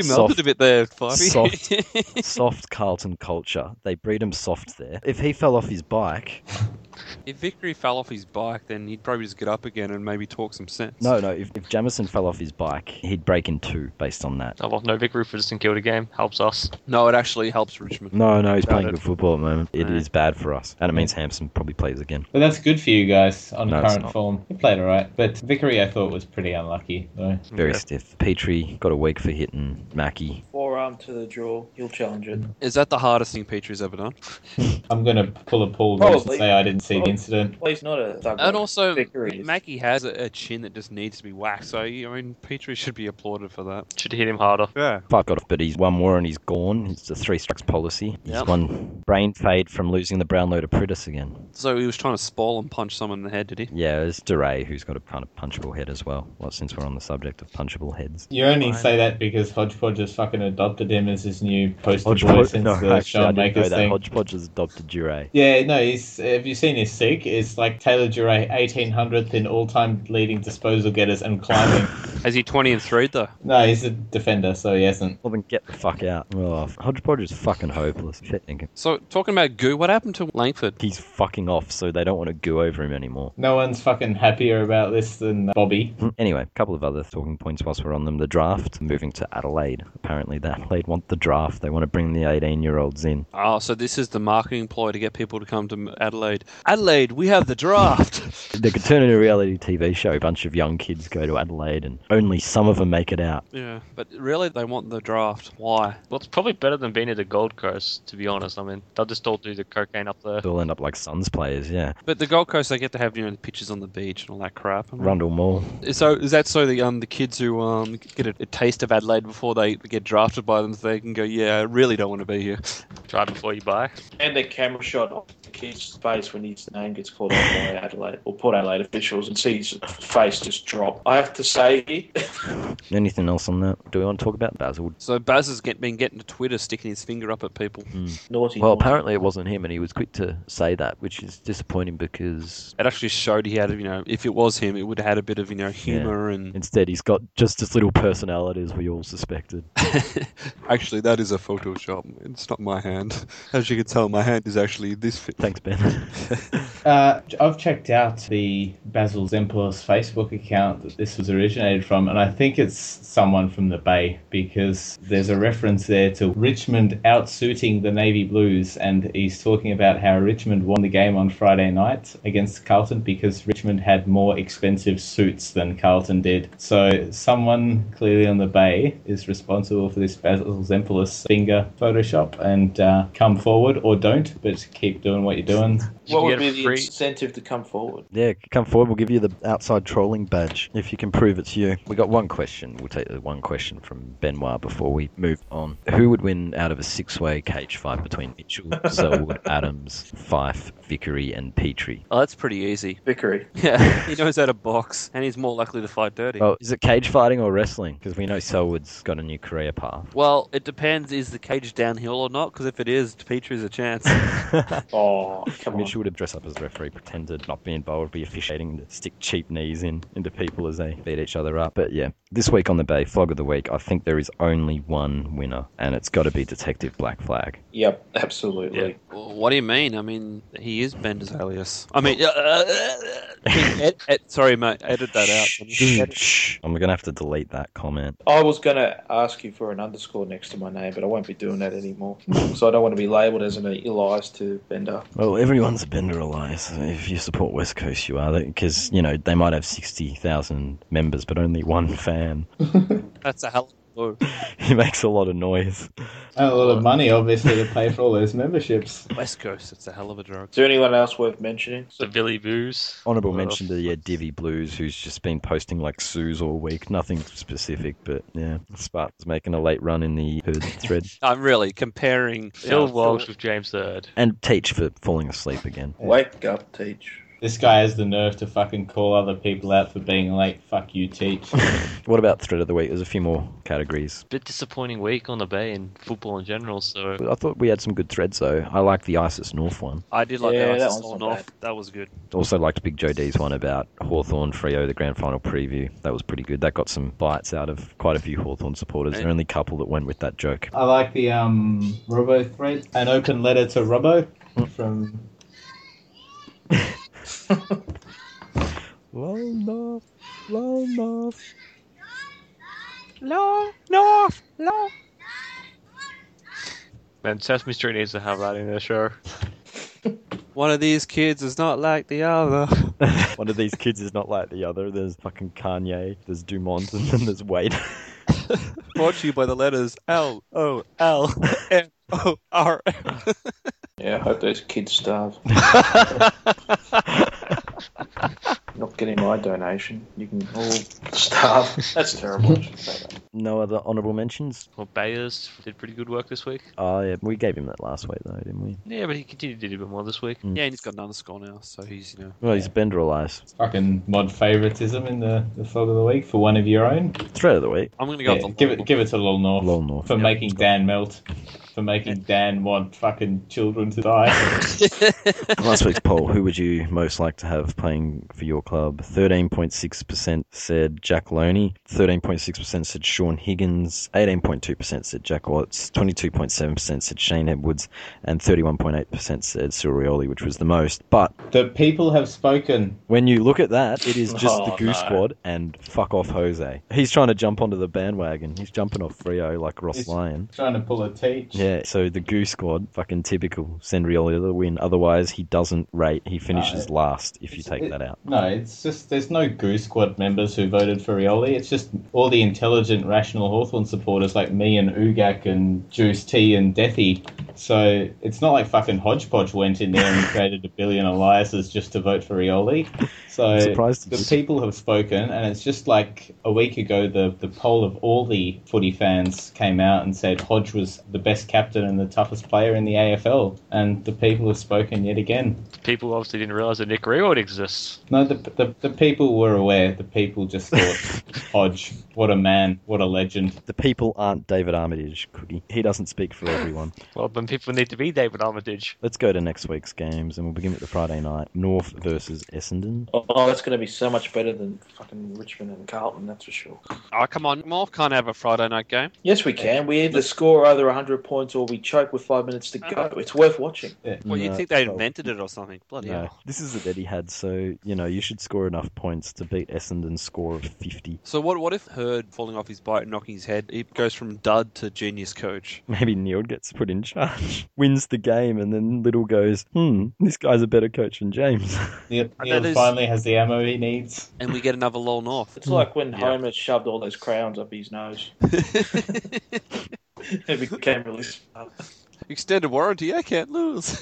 [SPEAKER 1] Soft.
[SPEAKER 2] melted a bit there, Fivey.
[SPEAKER 1] Soft. soft Carlton culture. They breed him soft there. If he fell off his bike,
[SPEAKER 2] if Vickery fell off his bike, then he'd probably just get up again and maybe talk some sense.
[SPEAKER 1] no, no. If, if Jamison fell off his bike, he'd break in two based on that.
[SPEAKER 5] Oh well, no victory for the St Kilda game helps us.
[SPEAKER 2] no, it actually helps Richmond.
[SPEAKER 1] No, no, he's
[SPEAKER 2] Got
[SPEAKER 1] playing
[SPEAKER 2] it.
[SPEAKER 1] good football at the moment. It
[SPEAKER 2] Right.
[SPEAKER 1] is bad for us, and it means Hampson probably plays again.
[SPEAKER 4] But that's good for you guys on
[SPEAKER 1] No, it's
[SPEAKER 4] current
[SPEAKER 1] not.
[SPEAKER 4] form. He played all right, but Vickery I thought was pretty unlucky though.
[SPEAKER 1] Very
[SPEAKER 5] Yeah.
[SPEAKER 1] stiff. Petrie got a week for hitting Mackey.
[SPEAKER 3] Forearm to the jaw. He'll challenge it.
[SPEAKER 1] Mm-hmm.
[SPEAKER 2] Is that the hardest thing Petrie's ever done?
[SPEAKER 4] I'm gonna pull a Paul Ross and
[SPEAKER 3] Probably.
[SPEAKER 4] say I didn't see the
[SPEAKER 3] Probably.
[SPEAKER 4] incident.
[SPEAKER 3] Well, he's not a thug.
[SPEAKER 2] And also,
[SPEAKER 3] Vickery is.
[SPEAKER 2] Mackie has a, a chin that just needs to be whacked. So, I mean, Petrie should be applauded for that.
[SPEAKER 5] Should hit him harder.
[SPEAKER 2] Yeah.
[SPEAKER 1] Five got off, but he's one more and he's gone. It's the three strikes policy. He's
[SPEAKER 2] Yep.
[SPEAKER 1] one brain fade from losing the Brownlow to Pritis again.
[SPEAKER 2] So he was trying to spoil and punch someone in the head, did he?
[SPEAKER 1] Yeah, it's Duray who's got a kind of punchable head as well. Well, since we're on the subject of punchable heads.
[SPEAKER 4] You only
[SPEAKER 5] Fine.
[SPEAKER 4] say that because Hodgepodge has fucking adopted him as his new poster boy
[SPEAKER 1] Hodgepodge,
[SPEAKER 4] since
[SPEAKER 1] no,
[SPEAKER 4] the
[SPEAKER 1] actually, I
[SPEAKER 4] Sean
[SPEAKER 1] didn't know
[SPEAKER 4] Makers
[SPEAKER 1] that.
[SPEAKER 4] thing.
[SPEAKER 1] Hodgepodge has adopted Duray.
[SPEAKER 4] Yeah, no, he's. Have you seen his sig? It's like Taylor Duray, 1800th in all time leading disposal getters and climbing.
[SPEAKER 2] Has he 20 and 3 though?
[SPEAKER 4] no, he's a defender, so he hasn't.
[SPEAKER 1] Well, then get the fuck out. Oh, Hodgepodge is fucking hopeless. Shit, thinking.
[SPEAKER 2] So, talking about goo, what happened to Langford?
[SPEAKER 1] He's fucking off, so they don't want to goo over him anymore.
[SPEAKER 4] No one's fucking happier about this than Bobby.
[SPEAKER 1] Hmm. Anyway, a couple of other talking points whilst we're on them. The draft, moving to Adelaide. Apparently, the Adelaide want the draft. They want to bring the 18 year olds in.
[SPEAKER 2] Oh, so this is the marketing ploy to get people to come to Adelaide. Adelaide, we have the draft.
[SPEAKER 1] They could turn it into a reality TV show. A bunch of young kids go to Adelaide and only some of them make it out.
[SPEAKER 2] Yeah, but really, they want the draft. Why?
[SPEAKER 5] Well, it's probably better than being at the Gold Coast, to be honest. I mean, they'll just all do the cocaine up there.
[SPEAKER 1] They'll end up like Suns players, yeah.
[SPEAKER 2] But the Gold Coast, they get to have you know pictures on the beach and all that crap. I mean,
[SPEAKER 1] Rundle Mall.
[SPEAKER 2] So is that so the um the kids who um get a, a taste of Adelaide before they get drafted by them, so they can go, yeah, I really don't want to be here.
[SPEAKER 5] Try before you buy.
[SPEAKER 3] And the camera shot of the kid's face when his name gets called out by Adelaide or Port Adelaide officials and see his face just drop. I have to say,
[SPEAKER 1] Anything else on that? Do we want to talk about Basil?
[SPEAKER 2] So Baz has get, been getting to Twitter, sticking his finger up at people.
[SPEAKER 3] naughty.
[SPEAKER 1] Well,
[SPEAKER 3] naughty.
[SPEAKER 1] apparently it wasn't him, and he was quick to say that, which is disappointing because
[SPEAKER 2] It actually showed he had, you know, if it was him, it would have had a bit of you know humor and
[SPEAKER 1] instead he's got just as little personality as we all suspected.
[SPEAKER 2] actually that is a Photoshop. It's not my hand. As you can tell, my hand is actually this. Fi-
[SPEAKER 1] Thanks, Ben.
[SPEAKER 4] Uh, I've checked out the Basil Zempel's Facebook account that this was originated from, and I think it's someone from the Bay because there's a reference there to Richmond outsuiting the Navy Blues, and he's talking about how Richmond won the game on Friday night against Carlton because Richmond had more expensive suits than Carlton did. So someone clearly on the Bay is responsible for this Basil Zempelis finger Photoshop, and uh, come forward or don't, but keep doing what you're doing.
[SPEAKER 5] You
[SPEAKER 3] what
[SPEAKER 5] can
[SPEAKER 3] would
[SPEAKER 5] get
[SPEAKER 3] be
[SPEAKER 5] a
[SPEAKER 3] the
[SPEAKER 5] free-
[SPEAKER 3] incentive to come forward?
[SPEAKER 1] Yeah, come forward. We'll give you the outside trolling badge if you can prove it's you. We got one question. We'll take the one question from Benoit before we move on. Who would win out of a six-way cage fight between Mitchell, Selwood, Adams, Fife, Vickery, and Petrie?
[SPEAKER 2] oh, that's pretty easy.
[SPEAKER 3] Vickery.
[SPEAKER 2] Yeah, he knows how to box, and he's more likely to fight dirty.
[SPEAKER 1] Well, Oh, is it cage fighting or wrestling? Because we know Selwood's got a new career path.
[SPEAKER 2] Well, it depends. Is the cage downhill or not? Because if it is, Petrie's a chance.
[SPEAKER 3] Oh, come on.
[SPEAKER 1] Mitchell would have dressed up as the referee, pretended not being involved, be officiating, and stick cheap knees in into people as they beat each other up. But yeah, this week on the Bay, flog of the week, I think there is only one winner, and it's got to be Detective Black Flag.
[SPEAKER 3] Yep, absolutely.
[SPEAKER 5] Yeah.
[SPEAKER 2] what do you mean? I mean, he is Bender's alias. I mean, uh, uh, uh, ed, ed, sorry, mate. Edit that out.
[SPEAKER 1] I'm gonna have to delete that comment.
[SPEAKER 3] I was going to ask you for an underscore next to my name, but I won't be doing that anymore. so I don't want to be labelled as an Elias to Bender.
[SPEAKER 1] Well, everyone's a Bender Elias. If you support West Coast, you are because you know they might have sixty thousand members, but only one fan.
[SPEAKER 2] That's a hell of a clue.
[SPEAKER 1] He makes a lot of noise.
[SPEAKER 4] And a lot of money, obviously, to pay for all those memberships.
[SPEAKER 2] West Coast. It's a hell of a drug.
[SPEAKER 3] Is there anyone else worth mentioning?
[SPEAKER 5] The Billy Boos.
[SPEAKER 1] Honorable
[SPEAKER 5] Well,
[SPEAKER 1] mention to yeah, Divi Blues, who's just been posting like Sue's all week. Nothing specific, but yeah, Spartan's making a late run in the hood thread.
[SPEAKER 2] I'm really comparing
[SPEAKER 5] Phil
[SPEAKER 2] Yeah,
[SPEAKER 5] Walsh with James Third.
[SPEAKER 1] And Teach for falling asleep again.
[SPEAKER 3] Wake up, teach.
[SPEAKER 4] This guy has the nerve to fucking call other people out for being late. Fuck you, teach.
[SPEAKER 1] What about thread of the week? There's a few more categories.
[SPEAKER 5] Bit disappointing week on the Bay and football in general. So
[SPEAKER 1] But I thought we had some good threads though. I like the Isis North one.
[SPEAKER 2] I did like
[SPEAKER 3] Yeah,
[SPEAKER 2] that.
[SPEAKER 3] that
[SPEAKER 2] that
[SPEAKER 3] one's
[SPEAKER 2] one
[SPEAKER 3] not
[SPEAKER 2] off. That was good.
[SPEAKER 1] Also liked Big Joe D's one about Hawthorn Frio, the grand final preview. That was pretty good. That got some bites out of quite a few Hawthorn supporters. The only couple that went with that joke.
[SPEAKER 4] I like the um Robo thread. An open letter to Robo from
[SPEAKER 1] Long laugh, long laugh.
[SPEAKER 5] man, Sesame Street needs to have that in their show.
[SPEAKER 2] One of these kids is not like the other.
[SPEAKER 1] One of these kids is not like the other. There's fucking Kanye, there's Dumont, and then there's Wade.
[SPEAKER 2] Brought to you by the letters L O L M O R.
[SPEAKER 3] Yeah, I hope those kids starve. Not getting my donation. You can all starve. That's terrible. I shouldn't say that.
[SPEAKER 1] no other honourable mentions.
[SPEAKER 5] Well, Bayers did pretty good work this week.
[SPEAKER 1] Oh yeah, we gave him that last week though, didn't we?
[SPEAKER 5] Yeah, but he continued to do a bit more this week.
[SPEAKER 2] Yeah, and he's got an underscore now, so he's you know.
[SPEAKER 1] Well, he's Bender Elias.
[SPEAKER 4] fucking mod favoritism in the, the fog of the week for one of your own.
[SPEAKER 1] Thread of the week.
[SPEAKER 2] I'm gonna go
[SPEAKER 4] Yeah,
[SPEAKER 2] with the
[SPEAKER 4] give it give it to Lil North,
[SPEAKER 1] Lil North.
[SPEAKER 4] for making Dan melt, for making Dan want fucking children to die.
[SPEAKER 1] Last week's poll, who would you most like to have playing for your club? 13.6% said Jack Loney, 13.6% said Sean Higgins, 18.2% said Jack Watts, 22.7% said Shane Edwards, and 31.8% said Sirioli, which was the most. But
[SPEAKER 4] the people have spoken.
[SPEAKER 1] when you look at that, it is just the
[SPEAKER 3] Oh,
[SPEAKER 1] Goo
[SPEAKER 3] no.
[SPEAKER 1] Squad and fuck off Jose. He's trying to jump onto the bandwagon. He's jumping off Frio like Ross
[SPEAKER 4] He's-
[SPEAKER 1] Lyon.
[SPEAKER 4] Trying to pull a teach.
[SPEAKER 1] Yeah, so the Goo Squad, fucking typical, send Rioli the win. Otherwise, he doesn't rate. He finishes last if you
[SPEAKER 4] It's-
[SPEAKER 1] take
[SPEAKER 4] it-
[SPEAKER 1] that out.
[SPEAKER 4] No, it's just there's no Goo Squad members who voted for Rioli. It's just all the intelligent, rational Hawthorn supporters like me and Ugak and Juice T and Deathy. So it's not like fucking Hodgepodge went in there and created a billion alliances just to vote for Rioli. So
[SPEAKER 1] Surprised
[SPEAKER 4] the
[SPEAKER 1] it's-
[SPEAKER 4] people have spoken, and it's just like a week ago the, the poll of all the footy fans came out and said Hodge was the best captain and the toughest player in the AFL, and the people have spoken yet again.
[SPEAKER 5] People obviously didn't realize that Nick Riord exists.
[SPEAKER 4] No, the, the the people were aware. The people just thought, Hodge, what a man, what a legend.
[SPEAKER 1] The people aren't David Armitage, Cookie. He doesn't speak for everyone.
[SPEAKER 5] Well, then people need to be David Armitage.
[SPEAKER 1] Let's go to next week's games, and we'll begin with the Friday night North versus Essendon.
[SPEAKER 3] Oh, oh, that's going to be so much better than fucking Richmond and Carlton, that's for sure.
[SPEAKER 2] Oh, come on, Morph can't have a Friday night game.
[SPEAKER 3] Yes, we can. We either score either 100 points or we choke with five minutes to go. It's worth watching.
[SPEAKER 2] Well, you'd
[SPEAKER 1] No,
[SPEAKER 2] think they
[SPEAKER 1] well,
[SPEAKER 2] invented it or something. Bloody
[SPEAKER 1] No,
[SPEAKER 2] hell.
[SPEAKER 1] Uh, this is that he had, so you know you should score enough points to beat Essendon's score of fifty.
[SPEAKER 2] So what? What if Heard falling off his bike and knocking his head? He goes from dud to genius coach.
[SPEAKER 1] Maybe Neil gets put in charge, wins the game, and then Little goes, "Hmm, this guy's a better coach than James."
[SPEAKER 4] Neil,
[SPEAKER 2] And
[SPEAKER 4] Neil
[SPEAKER 2] that is-
[SPEAKER 4] finally has the ammo he needs.
[SPEAKER 2] And we get another Lowell North.
[SPEAKER 3] It's like when
[SPEAKER 2] Yeah.
[SPEAKER 3] Homer shoved all those crayons up his nose. it became really smart.
[SPEAKER 2] Extended warranty, I can't lose.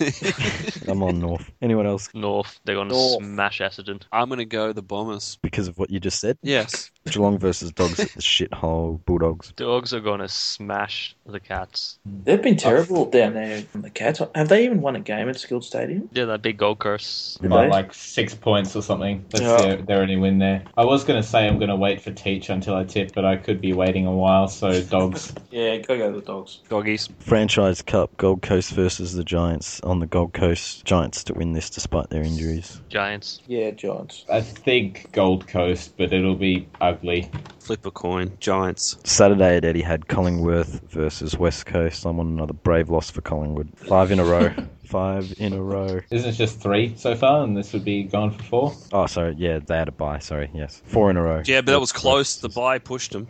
[SPEAKER 1] I'm on North. Anyone else?
[SPEAKER 5] North, they're going to
[SPEAKER 3] North.
[SPEAKER 5] smash Essendon.
[SPEAKER 2] I'm gonna go the Bombers.
[SPEAKER 1] Because of what you just said,
[SPEAKER 2] Yes.
[SPEAKER 1] Geelong versus Dogs at the shithole Bulldogs.
[SPEAKER 5] Dogs are going to smash the Cats.
[SPEAKER 3] They've been terrible down there. The Cats have they even won a game at Skilled Stadium?
[SPEAKER 5] Yeah, that big goal curse.
[SPEAKER 3] Did
[SPEAKER 4] by
[SPEAKER 3] they?
[SPEAKER 4] like six points or something. That's
[SPEAKER 3] Yeah.
[SPEAKER 4] their, their only win there. I was going to say I'm going to wait for Teach until I tip, but I could be waiting a while. So dogs.
[SPEAKER 3] Yeah, go go the dogs.
[SPEAKER 2] Doggies.
[SPEAKER 1] Franchise Cup, Gold Coast versus the Giants on the Gold Coast. Giants to win this despite their injuries.
[SPEAKER 5] Giants.
[SPEAKER 3] Yeah, Giants.
[SPEAKER 4] I think Gold Coast, but it'll be ugly.
[SPEAKER 2] Flip a coin. Giants.
[SPEAKER 1] Saturday at Eddie had Collingworth versus West Coast. I'm on another brave loss for Collingwood. Five in a row. Five in a row.
[SPEAKER 4] Isn't it just three so far, and this would be going for four?
[SPEAKER 1] Oh, sorry. Yeah, they had a bye. Sorry. Yes. Four in a row.
[SPEAKER 2] Yeah, but that was close. The buy pushed them.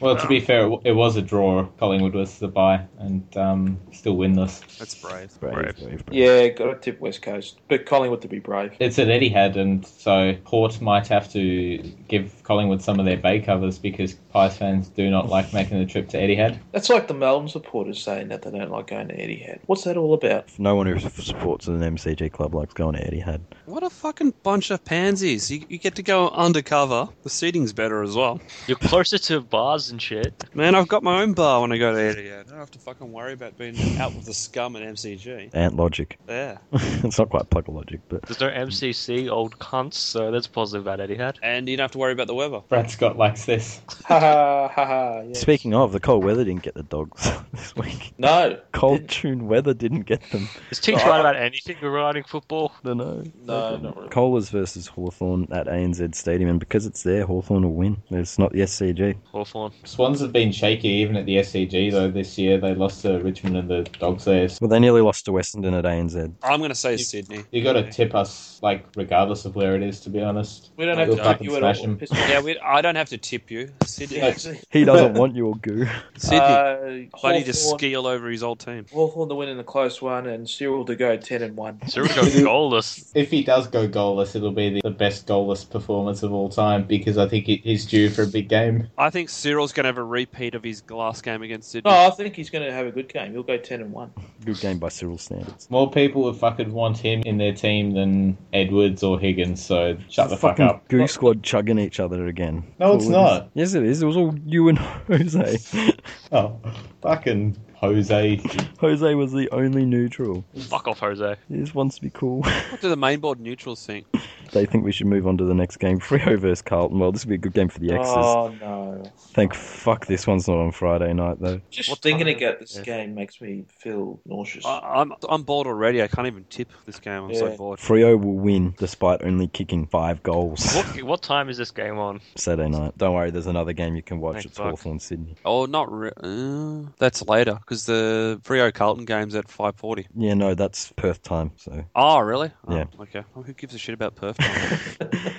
[SPEAKER 4] Well, to be fair, it w- it was a draw. Collingwood was the bye, and um, still winless.
[SPEAKER 2] That's brave.
[SPEAKER 1] Brave,
[SPEAKER 5] Brave.
[SPEAKER 1] brave, brave.
[SPEAKER 3] Yeah, got to tip West Coast, but Collingwood to be brave.
[SPEAKER 4] It's at Etihad, and so Port might have to give Collingwood some of their bay covers because Pies fans do not like making the trip to Etihad.
[SPEAKER 3] That's like the Melbourne supporters saying that they don't like going to Etihad. What's that all about?
[SPEAKER 1] No one who f- supports an MCG club likes going to Etihad.
[SPEAKER 2] What a fucking bunch of pansies. You, you get to go undercover. The seating's better as well.
[SPEAKER 5] You're closer to bars and shit.
[SPEAKER 2] Man, I've got my own bar when I go to Etihad. I don't have to fucking worry about being out with the scum at MCG.
[SPEAKER 1] Ant logic.
[SPEAKER 2] There.
[SPEAKER 1] it's not quite plug logic, but
[SPEAKER 5] There's no MCC, old cunts, so that's positive about Etihad.
[SPEAKER 2] And you don't have to worry about the weather.
[SPEAKER 4] Brad Scott likes this.
[SPEAKER 3] Ha ha ha ha. yes.
[SPEAKER 1] speaking of, the cold weather didn't get the dogs this week.
[SPEAKER 3] No,
[SPEAKER 1] Cold tune weather didn't get them.
[SPEAKER 5] Is Teach right about anything regarding football?
[SPEAKER 1] I don't know.
[SPEAKER 3] no, not really.
[SPEAKER 1] Colas versus Hawthorn at ANZ Stadium, and because it's there, Hawthorn will win. It's not the SCG.
[SPEAKER 5] Hawthorn.
[SPEAKER 4] Swans have been shaky even at the SCG though this year. They lost to Richmond and the Dogs there.
[SPEAKER 1] Well, they nearly lost to Wessendon at ANZ.
[SPEAKER 2] I'm going to say Sydney.
[SPEAKER 4] You got to tip us like regardless of where it is. To be honest,
[SPEAKER 3] We don't have
[SPEAKER 4] We'll
[SPEAKER 3] to tip
[SPEAKER 4] fucking
[SPEAKER 3] you at
[SPEAKER 4] smash
[SPEAKER 3] all.
[SPEAKER 4] 'em.
[SPEAKER 3] Piss off.
[SPEAKER 2] Yeah, we, I don't have to tip you. Sydney.
[SPEAKER 4] Yeah.
[SPEAKER 1] He doesn't want your goo.
[SPEAKER 2] Sydney.
[SPEAKER 3] Uh,
[SPEAKER 2] Bloody just
[SPEAKER 3] Hawthorn-
[SPEAKER 2] ski all over his old team.
[SPEAKER 3] Hawthorn to win in a close one, and Cyril to go ten and one.
[SPEAKER 5] Cyril goes goalless.
[SPEAKER 4] If he does go goalless, it'll be the, the best goalless performance of all time because I think he, he's due for a big game.
[SPEAKER 2] I think Cyril's going to have a repeat of his glass game against Sydney.
[SPEAKER 3] No, Oh, I think he's going to have a good game. He'll go ten and one.
[SPEAKER 1] Good game by Cyril standards.
[SPEAKER 4] More people would fucking want him in their team than Edwards or Higgins. So shut the fuck
[SPEAKER 1] Fucking
[SPEAKER 4] up.
[SPEAKER 1] Goo Squad chugging each other again.
[SPEAKER 4] No, it's
[SPEAKER 1] Cool.
[SPEAKER 4] not.
[SPEAKER 1] Yes, it is. It was all you and Jose.
[SPEAKER 4] Oh, fucking Jose.
[SPEAKER 1] Jose was the only neutral.
[SPEAKER 5] Fuck off, Jose.
[SPEAKER 1] He just wants to be cool.
[SPEAKER 2] What do the main board neutrals think?
[SPEAKER 1] they think we should move on to the next game. Frio versus Carlton. Well, this would be a good game for the X's.
[SPEAKER 3] Oh no!
[SPEAKER 1] Thank fuck this one's not on Friday night, though.
[SPEAKER 3] Just
[SPEAKER 2] What
[SPEAKER 3] thinking
[SPEAKER 2] time-
[SPEAKER 3] about this
[SPEAKER 2] Yeah.
[SPEAKER 3] game makes me feel nauseous.
[SPEAKER 2] I, I'm I'm bored already. I can't even tip this game. I'm so
[SPEAKER 3] Yeah.
[SPEAKER 2] bored.
[SPEAKER 1] Frio will win despite only kicking five goals
[SPEAKER 5] What, what time is this game on?
[SPEAKER 1] Saturday night. Don't worry, there's another game you can watch.
[SPEAKER 5] Thank
[SPEAKER 1] it's
[SPEAKER 5] fuck.
[SPEAKER 1] Hawthorn Sydney.
[SPEAKER 2] Oh, not re- uh, that's later because the Frio Carlton game's at five forty.
[SPEAKER 1] Yeah, no, that's Perth time. So
[SPEAKER 2] Oh, really? Oh,
[SPEAKER 1] Yeah.
[SPEAKER 2] Okay. Well, who gives a shit about Perth? time?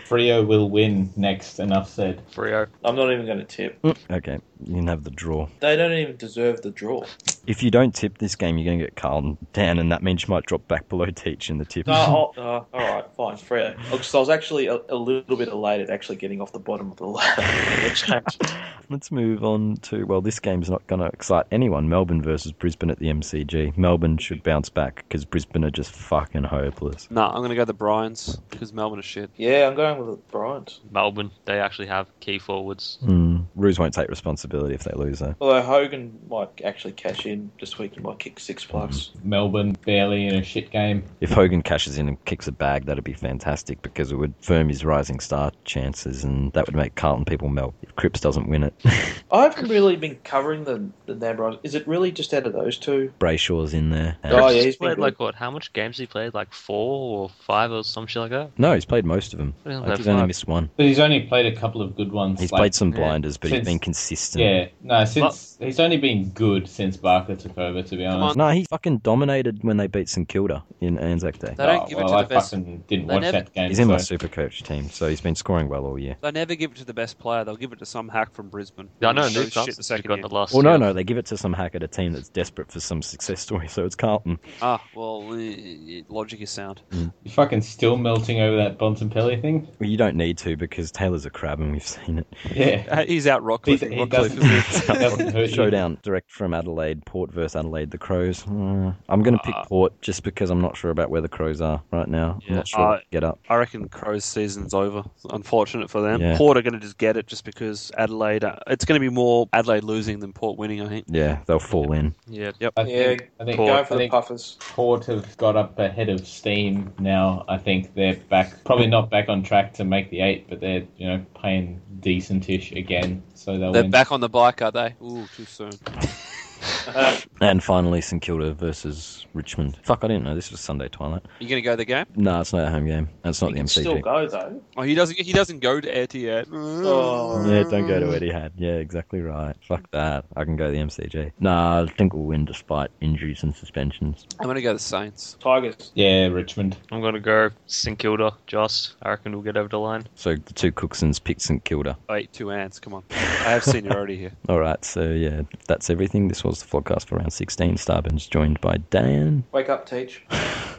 [SPEAKER 4] Frio will win next. Enough said.
[SPEAKER 5] Frio.
[SPEAKER 3] I'm not even going to tip.
[SPEAKER 1] okay, You can have the draw.
[SPEAKER 3] They don't even deserve the draw.
[SPEAKER 1] If you don't tip this game, you're going to get Carlton down, and that means you might drop back below Teach in the tip.
[SPEAKER 3] No, I'll- uh, all right, fine, Freo. Because I was actually a, a little bit elated, actually getting off the bottom of the ladder.
[SPEAKER 1] Let's move on to well, this game's not going to excite anyone. Melbourne versus Brisbane at the MCG. Melbourne should bounce back because Brisbane are just fucking hopeless.
[SPEAKER 2] Nah, I'm gonna go the Bryans because Melbourne is shit.
[SPEAKER 3] yeah, I'm going with Bryant.
[SPEAKER 5] Melbourne, they actually have key forwards.
[SPEAKER 1] Hmm. Ruse won't take responsibility if they lose though.
[SPEAKER 3] Although Hogan might actually cash in this week, he might kick six plus.
[SPEAKER 4] Melbourne barely in a shit game.
[SPEAKER 1] If Hogan cashes in and kicks a bag, that'd be fantastic because it would firm his rising star chances, and that would make Carlton people melt. If Cripps doesn't win it,
[SPEAKER 3] I haven't really been covering the the Nambros. Is it really just out of those two?
[SPEAKER 1] Brayshaw's in there. and-
[SPEAKER 3] Oh,
[SPEAKER 5] He's
[SPEAKER 3] yeah, he's been
[SPEAKER 5] played
[SPEAKER 3] good.
[SPEAKER 5] like what? How much games he played? Like four or five or some shit like that.
[SPEAKER 1] No, he's played most of them.
[SPEAKER 5] Yeah,
[SPEAKER 1] I
[SPEAKER 5] they're
[SPEAKER 1] think he's only
[SPEAKER 5] fine.
[SPEAKER 1] missed one.
[SPEAKER 4] But he's only played a couple of good ones.
[SPEAKER 1] He's
[SPEAKER 4] like-
[SPEAKER 1] played some
[SPEAKER 5] yeah.
[SPEAKER 1] blinders, but he's
[SPEAKER 4] Since-
[SPEAKER 1] been consistent.
[SPEAKER 4] Yeah, no, since he's only been good since Barker took over. To be
[SPEAKER 2] Come
[SPEAKER 4] honest,
[SPEAKER 1] No, he fucking dominated when they beat St Kilda in Anzac Day.
[SPEAKER 2] They don't
[SPEAKER 4] Oh,
[SPEAKER 2] give it
[SPEAKER 4] well,
[SPEAKER 2] to the
[SPEAKER 4] I
[SPEAKER 2] best.
[SPEAKER 4] fucking didn't
[SPEAKER 2] They
[SPEAKER 4] watch
[SPEAKER 2] never-
[SPEAKER 4] that game.
[SPEAKER 1] He's in my
[SPEAKER 4] so-
[SPEAKER 1] super coach team, so he's been scoring well all year.
[SPEAKER 2] They never give it to the best player. They'll give it to some hack from Brisbane.
[SPEAKER 5] I know.
[SPEAKER 2] Who's so
[SPEAKER 5] New
[SPEAKER 2] Oh, shit the
[SPEAKER 5] Johnson's
[SPEAKER 2] second
[SPEAKER 5] got
[SPEAKER 2] year.
[SPEAKER 5] the last.
[SPEAKER 1] Well, no,
[SPEAKER 5] year.
[SPEAKER 1] no, they give it to some hack at a team that's desperate for some success story, so it's Carlton.
[SPEAKER 2] Ah, well, eh, logic is sound.
[SPEAKER 4] You're fucking still melting over that Bontempelli thing.
[SPEAKER 1] Well, you don't need to because Taylor's a crab and we've seen it.
[SPEAKER 4] Yeah,
[SPEAKER 2] Uh, He's out rock
[SPEAKER 4] he,
[SPEAKER 2] clipping.
[SPEAKER 4] he
[SPEAKER 2] Rock clipping.
[SPEAKER 4] doesn't, he doesn't hurt you.
[SPEAKER 1] Showdown direct from Adelaide, Port versus Adelaide, the Crows. Uh, I'm going to pick
[SPEAKER 2] Ah.
[SPEAKER 1] Port just because I'm not sure about where the Crows are right now. I'm
[SPEAKER 2] Yeah,
[SPEAKER 1] not sure what
[SPEAKER 2] I-
[SPEAKER 1] to get up.
[SPEAKER 2] I reckon Crows' season's over. Unfortunate for them.
[SPEAKER 1] Yeah.
[SPEAKER 2] Port are going to just get it just because Adelaide. Uh, it's going to be more Adelaide losing than Port winning. I think.
[SPEAKER 1] Yeah, they'll fall in.
[SPEAKER 5] Yeah.
[SPEAKER 4] I
[SPEAKER 3] Yeah,
[SPEAKER 4] think, I think,
[SPEAKER 3] Going for
[SPEAKER 4] I
[SPEAKER 3] the
[SPEAKER 4] think
[SPEAKER 3] puffers.
[SPEAKER 4] Port have got up ahead of steam now. I think they're back, probably not back on track to make the eight, but they're you know playing decentish again. So they'll
[SPEAKER 2] They're
[SPEAKER 4] win.
[SPEAKER 2] back on the bike, are they? Ooh, too soon.
[SPEAKER 1] And finally, St Kilda versus Richmond. Fuck, I didn't know this was Sunday twilight.
[SPEAKER 2] You going to go the game?
[SPEAKER 1] No, it's not a home game. And It's not
[SPEAKER 3] He
[SPEAKER 1] the
[SPEAKER 3] can
[SPEAKER 1] MCG.
[SPEAKER 3] still go though.
[SPEAKER 2] Oh, he doesn't. He doesn't go to Etihad.
[SPEAKER 3] Oh.
[SPEAKER 1] Yeah, don't go to Etihad. Yeah, exactly right. Fuck that. I can go to the MCG. Nah, I think we'll win despite injuries and suspensions.
[SPEAKER 2] I'm going to go the Saints.
[SPEAKER 3] Tigers.
[SPEAKER 4] Yeah, Richmond.
[SPEAKER 5] I'm gonna go St Kilda. Just I reckon we'll get over the line.
[SPEAKER 1] So the two Cooksons picked St Kilda.
[SPEAKER 2] Wait, two ants. Come on. I have seniority here.
[SPEAKER 1] All right, so yeah, that's everything. This was the podcast for round 16. Starben's joined by Dan,
[SPEAKER 3] Wake up, teach.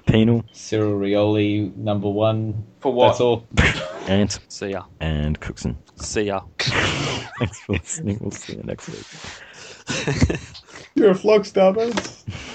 [SPEAKER 1] Penal,
[SPEAKER 4] Cyril Rioli, number one.
[SPEAKER 3] For what?
[SPEAKER 4] That's all.
[SPEAKER 1] Ant,
[SPEAKER 2] See ya.
[SPEAKER 1] and Cookson.
[SPEAKER 2] See ya.
[SPEAKER 1] Thanks for listening. We'll see you next week.
[SPEAKER 4] You're a flog, Starbucks.